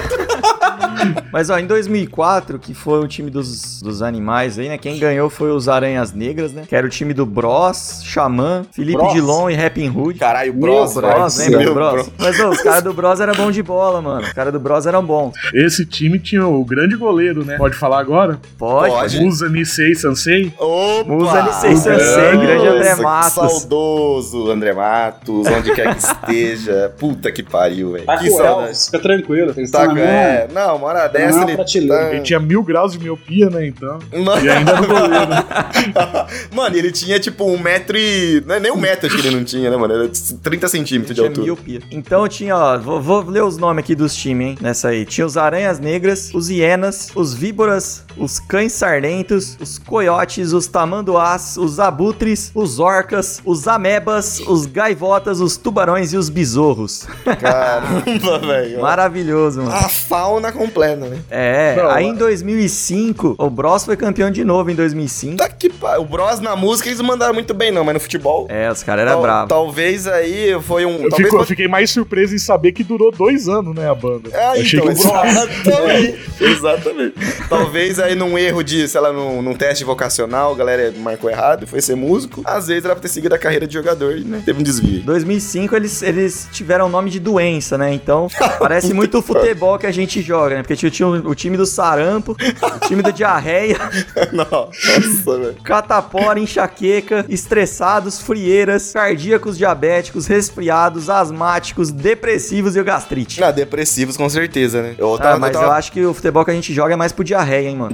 [SPEAKER 2] Mas ó, em 2004, que foi o time dos, dos animais aí, né? Quem ganhou foi os Aranhas Negras, né? Que era o time do Bros, Xamã, Felipe
[SPEAKER 3] Bros?
[SPEAKER 2] Dilon e Rapping Hood.
[SPEAKER 4] Caralho,
[SPEAKER 3] Meu
[SPEAKER 4] Bros,
[SPEAKER 3] Bros,
[SPEAKER 4] Bros,
[SPEAKER 2] Bros,
[SPEAKER 4] né?
[SPEAKER 2] lembra do
[SPEAKER 4] Meu
[SPEAKER 2] Bros?
[SPEAKER 4] Bros.
[SPEAKER 2] Mas ô, os caras do Bros eram bons de bola, mano. Os caras do Bros eram bons.
[SPEAKER 5] Esse time tinha o grande goleiro, né? Pode falar agora?
[SPEAKER 2] Pode.
[SPEAKER 4] Pode.
[SPEAKER 5] Musa Nisei Sansei.
[SPEAKER 4] Opa!
[SPEAKER 2] Musa Licei
[SPEAKER 5] Sansei, grande
[SPEAKER 2] né, André
[SPEAKER 4] Nossa,
[SPEAKER 2] Matos.
[SPEAKER 4] Saudoso André Matos, onde quer que esteja. Puta que pariu, velho.
[SPEAKER 3] Tá
[SPEAKER 4] Que
[SPEAKER 3] com o
[SPEAKER 4] saudade.
[SPEAKER 3] fica tranquilo. Eles
[SPEAKER 4] Tá,
[SPEAKER 3] estão na minha-
[SPEAKER 4] é, não, uma hora
[SPEAKER 3] na
[SPEAKER 4] dessa
[SPEAKER 3] minha
[SPEAKER 4] ele.
[SPEAKER 3] prateleira.
[SPEAKER 5] Ele tinha mil graus de miopia, né? Então.
[SPEAKER 4] Mano,
[SPEAKER 5] E ainda no goleiro.
[SPEAKER 4] mano, ele tinha tipo um metro e. Não é nem um metro acho que ele não tinha, né, mano? Era 30 centímetros de
[SPEAKER 2] Tinha é
[SPEAKER 4] altura.
[SPEAKER 2] miopia. Então tinha, ó, vou, vou ler os nomes aqui dos times, hein? Nessa aí. Tinha os Aranhas Negras, os Hienas, os Víboras, os Cães Sardentos, os Coiotes, os Tamanduás, os Abutres, os Orcas, os Amebas, os Gaivotas, os Tubarões e os Besouros.
[SPEAKER 4] Caramba, velho.
[SPEAKER 2] Maravilhoso, mano.
[SPEAKER 4] A fauna completa, né?
[SPEAKER 2] É,
[SPEAKER 5] Não,
[SPEAKER 2] aí em 2005, o Bros foi campeão de novo em 2005.
[SPEAKER 4] Tá que pa... O Bros na música eles mandaram muito bem, não, mas no futebol.
[SPEAKER 2] É, os caras eram
[SPEAKER 4] tal-
[SPEAKER 2] bravos.
[SPEAKER 4] Talvez aí foi um.
[SPEAKER 5] Eu,
[SPEAKER 4] talvez
[SPEAKER 5] fico- eu fiquei mais surpreso em saber que durou dois anos, né, a banda.
[SPEAKER 4] Ah,
[SPEAKER 5] Achei
[SPEAKER 4] então,
[SPEAKER 5] que durou-
[SPEAKER 4] exatamente. exatamente. Talvez aí num erro de, sei lá, num, num teste vocacional, a galera marcou errado, foi ser músico. Às vezes era pra ter seguido a carreira de jogador e né, teve um desvio.
[SPEAKER 2] 2005 eles, eles tiveram o nome de doença, né? Então parece muito o futebol que a gente joga, né? Porque tinha, tinha o, o time do sarampo, o time do diarreia.
[SPEAKER 4] Nossa, velho.
[SPEAKER 2] catapora, enxaqueca, estressados, frieiras, cardíacos, diabéticos, resfriados, asmáticos, depressivos e o gastrite.
[SPEAKER 4] Ah, depressivos com certeza, né? Eu
[SPEAKER 2] Ah,
[SPEAKER 4] tava,
[SPEAKER 2] mas
[SPEAKER 4] eu tava...
[SPEAKER 2] eu acho que o futebol que a gente joga é mais pro diarreia, hein, mano.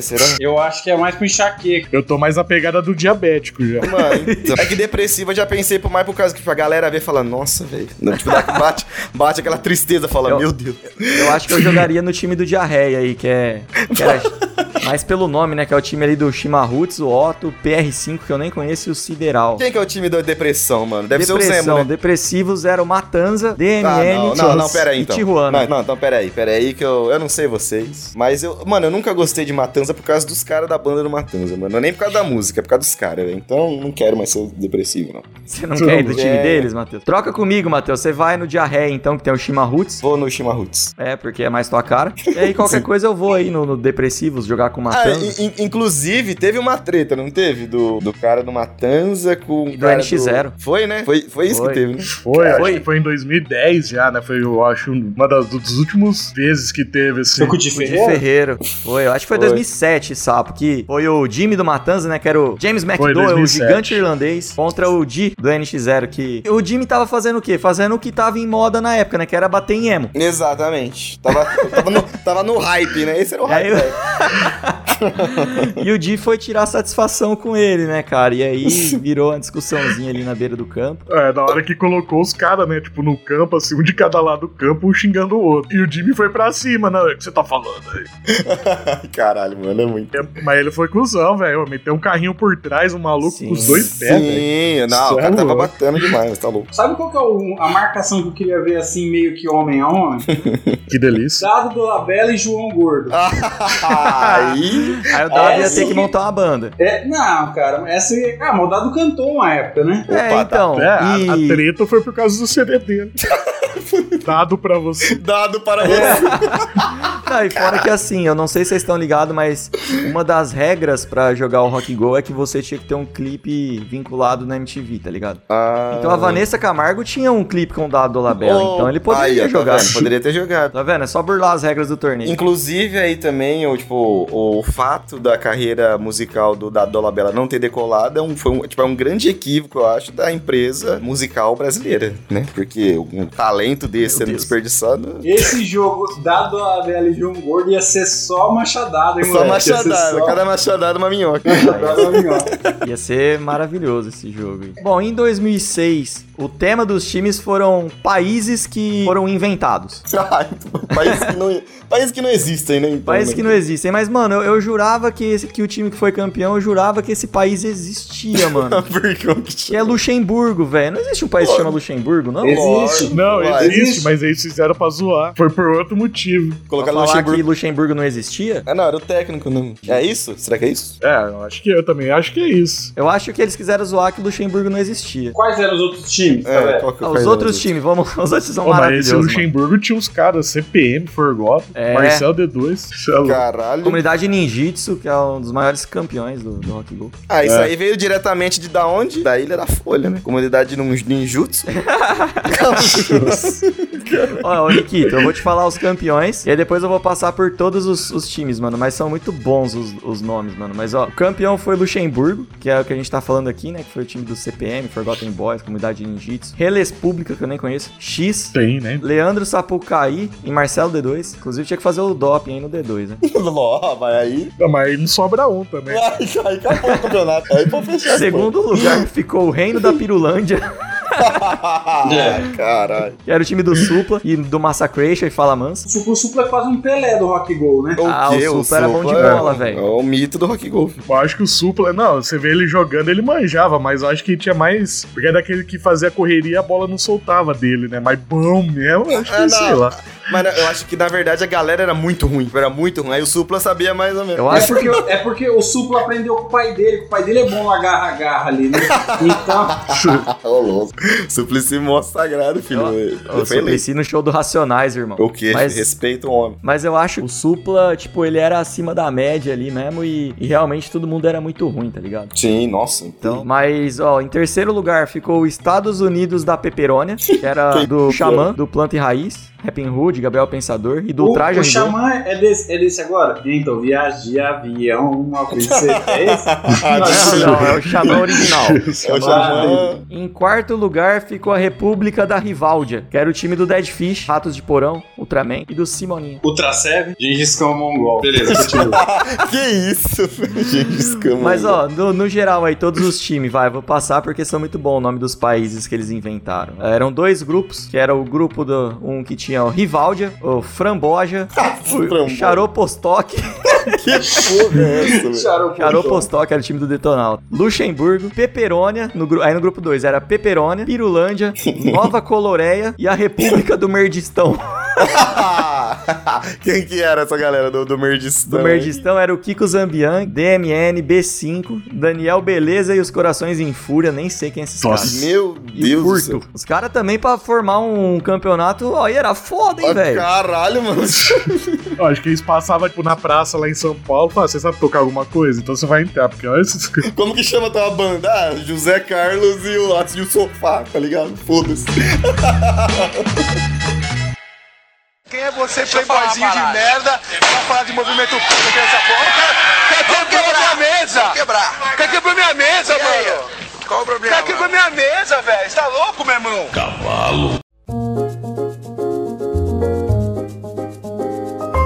[SPEAKER 4] será?
[SPEAKER 3] Eu acho que é mais pro enxaqueca.
[SPEAKER 5] Eu tô mais na pegada do diabético já.
[SPEAKER 4] Mano, então, é que depressiva eu já pensei por mais por causa que tipo, a galera vê e fala, nossa, velho. Não, Tipo, dá- bate, bate aquela tristeza, fala,
[SPEAKER 2] Eu-
[SPEAKER 4] meu Deus.
[SPEAKER 2] Eu acho que eu jogaria no time do Diarreia aí, que é. Que era, mas pelo nome, né? Que é o time ali do Shimahuts, o Otto, o PR5, que eu nem conheço, e o Sideral.
[SPEAKER 4] Quem que é o time da depressão, mano? Deve ser o
[SPEAKER 2] Depressão,
[SPEAKER 4] Zemo, né?
[SPEAKER 2] Depressivos era o Matanza, DMN,
[SPEAKER 4] Ah, não, não, não, pera aí,
[SPEAKER 2] e
[SPEAKER 4] então.
[SPEAKER 2] Tijuana.
[SPEAKER 4] Não, não, então pera aí, pera aí que eu, eu não sei vocês. Mas eu, mano, eu nunca gostei de Matanza por causa dos caras da banda do Matanza, mano. Não é nem por causa da música, é por causa dos caras, velho. Então não quero mais ser depressivo, não.
[SPEAKER 2] Você não quer ir do time
[SPEAKER 4] É.
[SPEAKER 2] deles, Matheus? Troca comigo, Matheus. Você vai no Diarreia, então, que tem o Shimahuts.
[SPEAKER 4] Vou no Chimarruts.
[SPEAKER 2] É, porque é mais tua cara. E aí, qualquer coisa, eu vou aí no, no Depressivos jogar com o
[SPEAKER 4] Ah,
[SPEAKER 2] Matanza.
[SPEAKER 4] in- in- inclusive, teve uma treta, não teve? Do, do cara do Matanza com o
[SPEAKER 2] do
[SPEAKER 4] cara
[SPEAKER 2] NX0.
[SPEAKER 4] Foi, né? Foi, foi isso
[SPEAKER 2] Foi.
[SPEAKER 4] que teve, né?
[SPEAKER 5] Foi, acho
[SPEAKER 2] Foi?
[SPEAKER 5] que foi em 2010 já, né? Foi, eu acho, uma das, dos últimos vezes que teve assim. esse.
[SPEAKER 3] Foi com o de
[SPEAKER 2] O de
[SPEAKER 3] Ferreira?
[SPEAKER 2] Ferreiro. Foi, eu acho que foi,
[SPEAKER 4] Foi.
[SPEAKER 2] 2007, sapo, que foi o Jimmy do Matanza, né, que era o James McDowell, o
[SPEAKER 5] 2007.
[SPEAKER 2] gigante irlandês, contra o Di do NX0, que... O Jimmy tava fazendo o quê? Fazendo o que tava em moda na época, né, que era bater em emo.
[SPEAKER 4] Exatamente. Tava, tava, no, tava no hype, né? Esse era o
[SPEAKER 2] Aí
[SPEAKER 4] hype.
[SPEAKER 2] eu-
[SPEAKER 4] velho.
[SPEAKER 2] E o Di foi tirar satisfação com ele, né, cara? E aí virou uma discussãozinha ali na beira do campo.
[SPEAKER 5] É, na hora que colocou os caras, né? Tipo, no campo, assim, um de cada lado do campo, um xingando o outro. E o Jimmy foi pra cima, né? O que você tá falando aí?
[SPEAKER 4] Ai, Caralho, mano, é muito.
[SPEAKER 5] É, mas ele foi cuzão, velho. Meteu um carrinho por trás, um maluco
[SPEAKER 2] Sim.
[SPEAKER 5] com os dois pés, velho.
[SPEAKER 4] Sim, não,
[SPEAKER 5] Cê
[SPEAKER 4] o
[SPEAKER 5] é
[SPEAKER 4] cara tava
[SPEAKER 5] louco.
[SPEAKER 4] batendo demais, tá louco.
[SPEAKER 3] Sabe qual que é o- a marcação que eu queria ver assim, meio que homem a homem?
[SPEAKER 5] Que delícia.
[SPEAKER 3] Dado do Labela e João Gordo.
[SPEAKER 4] Aí.
[SPEAKER 2] Aí o Dava ia
[SPEAKER 3] sim.
[SPEAKER 2] ter que montar uma banda.
[SPEAKER 3] É, não, cara, essa é. Ah, mas o Dado cantou uma época, né?
[SPEAKER 2] é,
[SPEAKER 4] Opa,
[SPEAKER 2] então.
[SPEAKER 5] É, a,
[SPEAKER 2] e-
[SPEAKER 5] a treta foi por causa do CD dele. Dado pra você.
[SPEAKER 4] Dado para
[SPEAKER 5] É.
[SPEAKER 4] você.
[SPEAKER 2] Não, e fora que assim, eu não sei se vocês estão ligados, mas uma das regras pra jogar o Rock Go é que você tinha que ter um clipe vinculado na MTV, tá ligado?
[SPEAKER 4] Ah.
[SPEAKER 2] Então a Vanessa Camargo tinha um clipe com o Dado Dolabella,
[SPEAKER 4] Oh,
[SPEAKER 2] então ele poderia
[SPEAKER 4] aí, ó, tá
[SPEAKER 2] jogar.
[SPEAKER 4] vendo? Poderia ter jogado.
[SPEAKER 2] Tá vendo? É só burlar as regras do torneio.
[SPEAKER 4] Inclusive aí também, o, tipo, o fato da carreira musical do da Dolabella não ter decolado é um, foi um, tipo, é um grande equívoco, eu acho, da empresa musical brasileira, né? Porque um talento desse sendo
[SPEAKER 2] Deus.
[SPEAKER 4] desperdiçado...
[SPEAKER 3] Esse jogo, Dado do Labela e João um Gordo, ia ser só machadada, hein,
[SPEAKER 4] Só
[SPEAKER 3] moleque? Ia ser
[SPEAKER 4] machadada,
[SPEAKER 3] só
[SPEAKER 4] cada machadada é uma minhoca.
[SPEAKER 3] machadada, minhoca.
[SPEAKER 2] Ia ser maravilhoso esse jogo. aí. Bom, em 2006, o tema dos times foram países que foram inventados.
[SPEAKER 4] Ah, países, que não, países que não existem, né? Então,
[SPEAKER 2] Países
[SPEAKER 4] né?
[SPEAKER 2] que não existem. Mas, mano, eu, eu jurava que, esse, que o time que foi campeão, eu jurava que esse país existia, mano.
[SPEAKER 4] Por que
[SPEAKER 2] Que é Luxemburgo, velho. Não existe um país que chama Luxemburgo, não?
[SPEAKER 3] Existe.
[SPEAKER 5] Não,
[SPEAKER 4] Uai,
[SPEAKER 5] existe,
[SPEAKER 3] existe.
[SPEAKER 5] mas eles fizeram pra zoar. Foi por outro motivo.
[SPEAKER 4] Colocar
[SPEAKER 2] Pra falar que
[SPEAKER 4] Luxemburgo.
[SPEAKER 2] Luxemburgo não existia?
[SPEAKER 4] Ah, não, era o técnico. Não. É isso? Será que é isso?
[SPEAKER 5] É, eu acho que eu também acho que é isso.
[SPEAKER 2] Eu acho que eles quiseram zoar que Luxemburgo não existia.
[SPEAKER 3] Quais eram os outros times? tá vendo?
[SPEAKER 4] É, qual que
[SPEAKER 2] Ah,
[SPEAKER 4] quais
[SPEAKER 2] os
[SPEAKER 4] eram
[SPEAKER 2] outros times, vamos, os outros são
[SPEAKER 5] Pô, mas esse
[SPEAKER 2] maravilhosos. mano.
[SPEAKER 5] Luxemburgo tinha uns caras, CPM, Forgotten,
[SPEAKER 2] É.
[SPEAKER 5] Marcel D2. Isso é louco.
[SPEAKER 4] Caralho.
[SPEAKER 2] Comunidade Ninjitsu, que é um dos maiores campeões do, do Rock Go.
[SPEAKER 4] Ah, isso
[SPEAKER 5] É.
[SPEAKER 4] aí veio diretamente de da onde? Da Ilha da Folha, né? Comunidade num ninjutsu.
[SPEAKER 2] Ó, ô Nikito, eu vou te falar os campeões e aí depois eu vou passar por todos os, os times, mano. Mas são muito bons os, os nomes, mano. Mas ó, o campeão foi Luxemburgo, que é o que a gente tá falando aqui, né? Que foi o time do CPM, Forgotten Boys, Comunidade Ninjitsu, Reles Pública, que eu nem conheço, X,
[SPEAKER 5] Tem, né?
[SPEAKER 2] Leandro Sapucaí e Marcelo D2. Inclusive tinha que fazer o doping aí no D2, né?
[SPEAKER 4] Ló, vai aí.
[SPEAKER 5] Não, Ah, mas aí não sobra um também.
[SPEAKER 4] Aí aí acabou o campeonato. Aí pode fechar. pô.
[SPEAKER 2] Segundo lugar ficou o Reino da Pirulândia,
[SPEAKER 4] Ah, Caralho.
[SPEAKER 2] que era o time do Supla e do Massacration e Fala Mansa.
[SPEAKER 3] O Supla- O Supla é quase um Pelé do Rock Go, né?
[SPEAKER 2] Ah,
[SPEAKER 4] quê?
[SPEAKER 2] o Supla era bom de
[SPEAKER 4] é-
[SPEAKER 2] bola, velho.
[SPEAKER 4] É o mito do Rock Golf.
[SPEAKER 5] Tipo, Eu acho que o Supla. Não, você vê ele jogando, ele manjava, mas eu acho que tinha mais. Porque é daquele que fazia a correria e a bola não soltava dele, né? Mas bom mesmo, eu acho que
[SPEAKER 4] Ah,
[SPEAKER 5] sei
[SPEAKER 4] não.
[SPEAKER 5] lá.
[SPEAKER 4] Mas né, eu acho que, na verdade, a galera era muito ruim. Era muito ruim. Aí o Supla sabia mais ou menos.
[SPEAKER 2] Eu
[SPEAKER 3] É
[SPEAKER 2] acho
[SPEAKER 3] porque, é porque o Supla aprendeu com o pai dele, que o pai dele é bom na garra-garra ali, né? Então,
[SPEAKER 4] Ô, louco. Suplicy mó sagrado, filho.
[SPEAKER 2] Eu
[SPEAKER 4] Ele foi eleito.
[SPEAKER 2] Suplicy no show do Racionais, irmão.
[SPEAKER 4] O quê?
[SPEAKER 2] Mas-
[SPEAKER 4] Respeita o homem.
[SPEAKER 2] Mas eu acho que o Supla, tipo, ele era acima da média ali mesmo e, e realmente todo mundo era muito ruim, tá ligado?
[SPEAKER 4] Sim, nossa. Então,
[SPEAKER 2] Mas, ó, em terceiro lugar ficou os Estados Unidos da Peperônia, que era do Xamã, do Planta e Raiz, Rapping Hood, Gabriel Pensador e do
[SPEAKER 3] o,
[SPEAKER 2] Traje
[SPEAKER 3] o
[SPEAKER 2] Rigor.
[SPEAKER 3] Xamã é desse, é desse agora? Então, viagem de avião, uma princesa. É esse?
[SPEAKER 2] Não,
[SPEAKER 4] Não,
[SPEAKER 2] não, é o Xamã original.
[SPEAKER 4] é o Xamã.
[SPEAKER 2] Em quarto lugar ficou a República da Rivaldia, que era o time do Dead Fish, Ratos de Porão, Ultraman e do Simoninha.
[SPEAKER 3] Ultrasev, Gengis Khan Mongol. Beleza, continua.
[SPEAKER 4] que isso, velho? Gente, escama.
[SPEAKER 2] Mas ó, no, no geral aí, todos os times, vai, vou passar porque são muito bons o nome dos países que eles inventaram. Eh, Eram dois grupos, que era o grupo do um que tinha o Rivaldia, o Framboja, o
[SPEAKER 4] Framboja.
[SPEAKER 2] Charopostock,
[SPEAKER 4] Tá que porra é essa, velho?
[SPEAKER 2] Charopostock era o time do Detonal, Luxemburgo, Peperônia, no, gru- aí no grupo 2 era Peperônia, Pirulândia, Nova Coloreia e a República do Merdistão.
[SPEAKER 4] Quem que era essa galera do, do Merdistão?
[SPEAKER 2] Do
[SPEAKER 4] hein?
[SPEAKER 2] Merdistão era o Kiko Zambian, DMN, B5, Daniel Beleza e os Corações em Fúria, nem sei quem é esses
[SPEAKER 5] Nossa.
[SPEAKER 2] caras.
[SPEAKER 4] Meu
[SPEAKER 2] E
[SPEAKER 4] Deus do céu.
[SPEAKER 2] curto. Os caras também, pra formar um campeonato, ó, e era foda, hein,
[SPEAKER 4] Ah,
[SPEAKER 2] velho?
[SPEAKER 4] caralho, mano.
[SPEAKER 5] Eu acho que eles passavam, tipo, na praça lá em São Paulo e falavam, você sabe tocar alguma coisa? Então você vai entrar, porque olha esses...
[SPEAKER 4] Como que chama tua banda? Ah, José Carlos e o Atos e o Sofá, tá ligado? Foda-se.
[SPEAKER 7] Quem é você, playboyzinho de merda, pra falar de movimento público dessa porra? Quer, quer quebrar minha mesa? quebrar. Quer quebrar minha mesa, mano? Qual o problema? Quer quebrar minha mesa, velho? Você tá louco, meu irmão?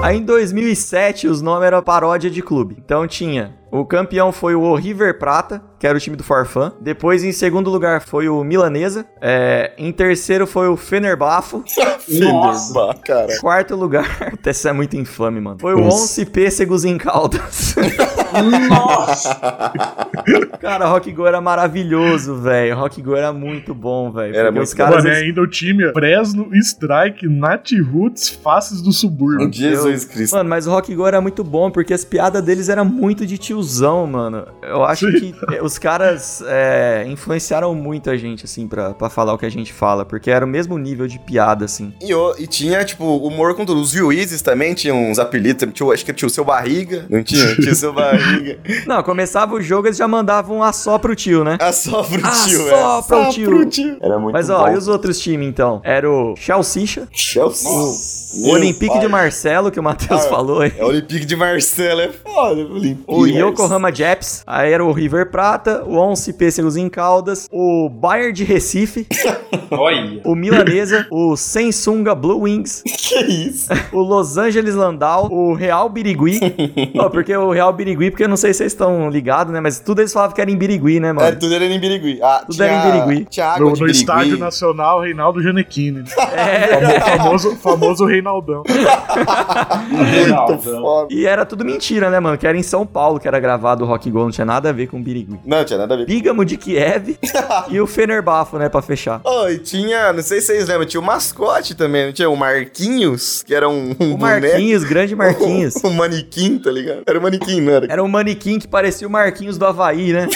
[SPEAKER 2] Aí em 2007, os nomes eram paródia de clube. Então tinha. O campeão foi o River Prata, que era o time do Farfã. Depois, em segundo lugar, foi o Milanesa. É, em terceiro, foi o Fenerbafo.
[SPEAKER 3] Nossa.
[SPEAKER 4] Bah, cara.
[SPEAKER 2] Quarto lugar, Puta, essa é muito infame, mano. Foi o
[SPEAKER 4] Nossa.
[SPEAKER 2] Once Pêssegos em Caldas.
[SPEAKER 3] Nossa.
[SPEAKER 2] Cara, Rock Go era maravilhoso, velho. Rock Go era muito bom, velho.
[SPEAKER 4] Era
[SPEAKER 2] Porque
[SPEAKER 4] muito
[SPEAKER 2] os
[SPEAKER 5] Cara,
[SPEAKER 2] caras.
[SPEAKER 5] Mano, é
[SPEAKER 2] eles-
[SPEAKER 5] ainda o time Fresno, Strike, Nat Roots, Faces do Subúrbio.
[SPEAKER 4] Um Jesus Cristo.
[SPEAKER 2] Mano, mas o Rock Go era muito bom, porque as piadas deles eram muito de tiozão, mano. Eu acho
[SPEAKER 5] Sim.
[SPEAKER 2] que é, os caras é, influenciaram muito a gente, assim, pra, pra falar o que a gente fala, porque era o mesmo nível de piada, assim.
[SPEAKER 4] E, o- e tinha, tipo, humor com tudo. Os juízes também tinham uns apelidos. Tinha, o- acho que tinha o seu barriga. Não tinha? Tinha o seu barriga.
[SPEAKER 2] Não, começava o jogo, eles já mandavam um assó pro tio, né?
[SPEAKER 4] Ah, só pro tio,
[SPEAKER 2] Assó pro
[SPEAKER 4] Assopra o
[SPEAKER 2] tio.
[SPEAKER 4] Era muito
[SPEAKER 2] Mas ó, e os outros times, então? Era o Chalsicha,
[SPEAKER 4] Chelsea.
[SPEAKER 2] o
[SPEAKER 4] Meu
[SPEAKER 2] Olympique de
[SPEAKER 4] pai.
[SPEAKER 2] Marcelo, que o Matheus
[SPEAKER 4] Ah,
[SPEAKER 2] falou aí.
[SPEAKER 4] É o Olympique de Marcelo, é foda. Olympique
[SPEAKER 2] O
[SPEAKER 4] de Marcelo.
[SPEAKER 2] Yokohama Japs, aí era o River Prata, o Once Pêssegos em Caldas, o Bayern de Recife,
[SPEAKER 3] Olha.
[SPEAKER 2] o Milanesa, o Sensunga Blue Wings,
[SPEAKER 4] Que isso?
[SPEAKER 2] o Los Angeles Landau, o Real Birigui. Ó, porque o Real Birigui, porque eu não sei se vocês estão ligados, né? Mas tudo eles falavam que era em Birigui, né,
[SPEAKER 4] É,
[SPEAKER 2] mano?
[SPEAKER 4] tudo era em Birigui. Ah,
[SPEAKER 2] Tudo
[SPEAKER 4] tinha-
[SPEAKER 2] era em Birigui.
[SPEAKER 4] Tinha água
[SPEAKER 5] No,
[SPEAKER 4] de
[SPEAKER 5] no
[SPEAKER 4] Birigui.
[SPEAKER 5] estádio nacional, Reinaldo Janequini.
[SPEAKER 2] É.
[SPEAKER 5] O famoso, famoso Reinaldão.
[SPEAKER 4] Muito
[SPEAKER 3] Reinaldão.
[SPEAKER 4] foda.
[SPEAKER 2] E era tudo mentira, né, mano? Que era em São Paulo que era gravado o Rock Go, não tinha nada a ver com o Birigui.
[SPEAKER 4] Não, tinha nada a ver.
[SPEAKER 2] Bígamo de Kiev e o Fenerbahçe, né, pra fechar.
[SPEAKER 4] Oh, e tinha, não sei se vocês lembram, tinha o mascote também, não tinha? O Marquinhos, que era um, um
[SPEAKER 2] O
[SPEAKER 4] boneco.
[SPEAKER 2] Marquinhos, grande Marquinhos.
[SPEAKER 4] Um, manequim, tá ligado? Era um manequim, não era?
[SPEAKER 2] Era um manequim que parecia o Marquinhos do Havaí, né?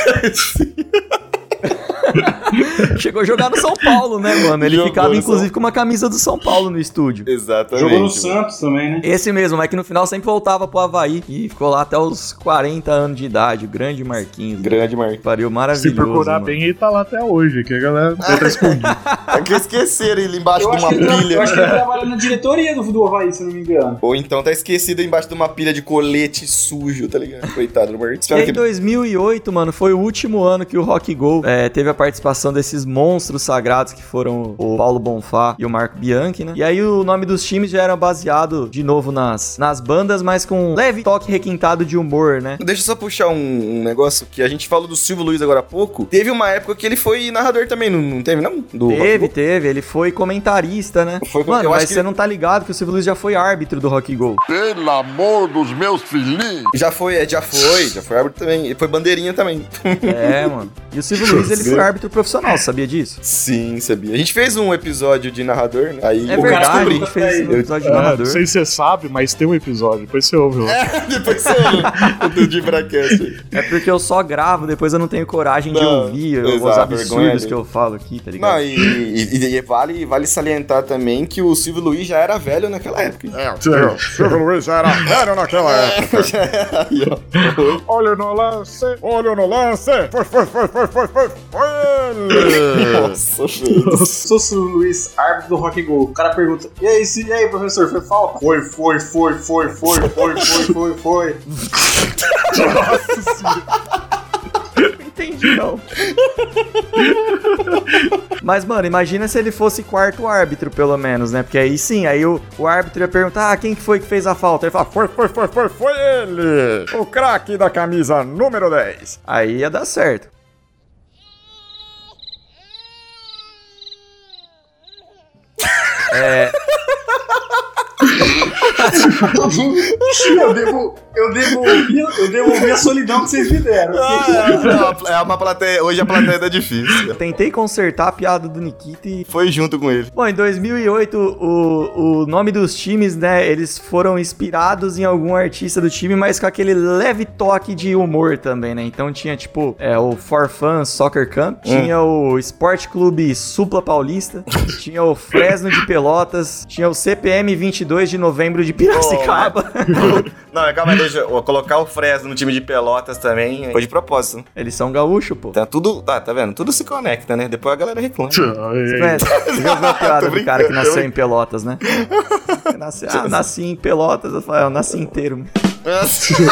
[SPEAKER 2] Chegou a jogar no São Paulo, né, mano? Ele
[SPEAKER 4] Jogou
[SPEAKER 2] ficava,
[SPEAKER 4] no
[SPEAKER 2] inclusive,
[SPEAKER 4] São-
[SPEAKER 2] com uma camisa do São Paulo no estúdio.
[SPEAKER 4] Exatamente.
[SPEAKER 3] Jogou no Santos também, né?
[SPEAKER 2] Esse mesmo, mas que no final sempre voltava pro Havaí e ficou lá até os 40 anos de idade. O grande Marquinhos.
[SPEAKER 4] Grande Marquinhos.
[SPEAKER 2] Pariu
[SPEAKER 5] Se
[SPEAKER 2] maravilhoso.
[SPEAKER 5] procurar
[SPEAKER 2] mano.
[SPEAKER 5] bem, ele tá lá até hoje, que a galera tá escondido.
[SPEAKER 4] É que esqueceram ele embaixo
[SPEAKER 3] Eu
[SPEAKER 4] de
[SPEAKER 3] acho,
[SPEAKER 4] uma
[SPEAKER 3] que ele, tra-
[SPEAKER 4] pilha.
[SPEAKER 3] eu acho que ele trabalha na diretoria do, do Havaí, se não me engano.
[SPEAKER 4] Ou então tá esquecido embaixo de uma pilha de colete sujo, tá ligado? Coitado do Marquinhos.
[SPEAKER 2] E
[SPEAKER 4] Espero
[SPEAKER 2] em
[SPEAKER 4] que...
[SPEAKER 2] 2008, mano, foi o último ano que o Rock Go eh, teve a participação desses monstros sagrados que foram o Paulo Bonfá e o Marco Bianchi, né? E aí o nome dos times já era baseado de novo nas, nas bandas, mas com um leve toque requintado de humor, né?
[SPEAKER 4] Deixa eu só puxar um, um negócio que a gente falou do Silvio Luiz agora há pouco. Teve uma época que ele foi narrador também, não, não teve, não? Do
[SPEAKER 2] Teve, teve, ele foi comentarista, né?
[SPEAKER 4] Foi com-
[SPEAKER 2] Mano,
[SPEAKER 4] eu
[SPEAKER 2] mas
[SPEAKER 4] acho que
[SPEAKER 2] você
[SPEAKER 4] ele-
[SPEAKER 2] não tá ligado que o Silvio Luiz já foi árbitro do Rock Go.
[SPEAKER 7] Pelo amor dos meus filhinhos.
[SPEAKER 4] Já foi, é, já foi, já foi árbitro também. Ele foi bandeirinha também.
[SPEAKER 2] É, mano. E o Silvio Luiz, ele foi
[SPEAKER 4] Deus.
[SPEAKER 2] árbitro profissional, sabia disso?
[SPEAKER 4] Sim, sabia. A gente fez um episódio de narrador, né? Aí
[SPEAKER 2] É
[SPEAKER 4] eu
[SPEAKER 2] verdade, a
[SPEAKER 4] descobri.
[SPEAKER 2] gente fez um
[SPEAKER 4] Eu-
[SPEAKER 2] episódio de
[SPEAKER 5] Ah,
[SPEAKER 2] narrador.
[SPEAKER 5] não sei se você sabe, mas tem um episódio, depois você ouve.
[SPEAKER 8] É.
[SPEAKER 5] lá.
[SPEAKER 4] Depois você ouve o do Dibracast aí.
[SPEAKER 2] É porque eu só gravo, depois eu não tenho coragem de
[SPEAKER 4] Não,
[SPEAKER 2] ouvir os
[SPEAKER 4] exato, vergonha
[SPEAKER 2] absurdos
[SPEAKER 4] ali.
[SPEAKER 2] que eu falo aqui, tá ligado?
[SPEAKER 4] Não, e, e- e vale, vale salientar também que o Silvio Luiz já era velho naquela época.
[SPEAKER 8] É, o Silvio- o Silvio Luiz já era velho naquela época.
[SPEAKER 4] Aí, ó.
[SPEAKER 8] Olho no lance, olho no lance. Foi, foi, foi, foi, foi, foi, foi.
[SPEAKER 4] Nossa, velho.
[SPEAKER 3] Sou Sr. Luiz, árbitro do Rock Go. O cara pergunta: E aí, se, e aí professor, foi falta? Foi, foi, foi, foi, foi, foi, foi, foi, foi.
[SPEAKER 2] Não entendi, não. Mas, mano, imagina se ele fosse quarto árbitro, pelo menos, né? Porque aí sim, aí o, o árbitro ia perguntar: ah, quem que foi que fez a falta? Ele fala,
[SPEAKER 8] Foi, foi, foi, foi, foi ele. O craque da camisa número 10.
[SPEAKER 2] aí ia dar certo.
[SPEAKER 3] Eu devo, eu devo, ouvir, eu devo ouvir a solidão que vocês me deram.
[SPEAKER 4] Ah, é uma plateia. Hoje a plateia tá difícil.
[SPEAKER 2] Tentei consertar a piada do Nikita e.
[SPEAKER 4] Foi junto com ele.
[SPEAKER 2] Bom, em 2008, o, o nome dos times, né? Eles foram inspirados em algum artista do time, mas com aquele leve toque de humor também, né? Então tinha, tipo, é, o For Fun Soccer
[SPEAKER 4] Hum.
[SPEAKER 2] Camp, tinha o Esporte Clube Supla Paulista, tinha o Fresno de Pelotas, tinha o CPM 22 de novembro de Piracicaba.
[SPEAKER 4] Não, é, calma aí, deixa eu colocar o Fresno no time de pelotas também. Foi de propósito.
[SPEAKER 2] Eles são gaúcho, pô.
[SPEAKER 4] Tá tudo. Tá, tá vendo? Tudo se conecta, né? Depois a galera reclama.
[SPEAKER 5] Ai, ai.
[SPEAKER 2] É, você já viu a piada
[SPEAKER 4] Tô
[SPEAKER 2] do cara que
[SPEAKER 4] brincando,
[SPEAKER 2] nasceu em Pelotas, né? Nasce- ah, nasci em Pelotas. Eu falei, ah, eu nasci inteiro.
[SPEAKER 4] Essa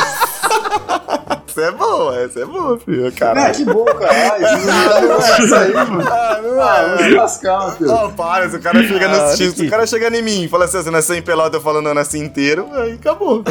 [SPEAKER 4] é boa, essa é boa, filho.
[SPEAKER 3] Ah,
[SPEAKER 4] Caralho.
[SPEAKER 3] que bom, cara. Ai, isso é aí, mano. Ah, vamos lascar, Matheus.
[SPEAKER 4] Não, para, se o cara chega
[SPEAKER 2] Ah,
[SPEAKER 4] nos times, se
[SPEAKER 2] Nikita.
[SPEAKER 4] o cara chega em mim e fala assim, você nasceu em pelota, eu falando, eu nasci inteiro, aí acabou.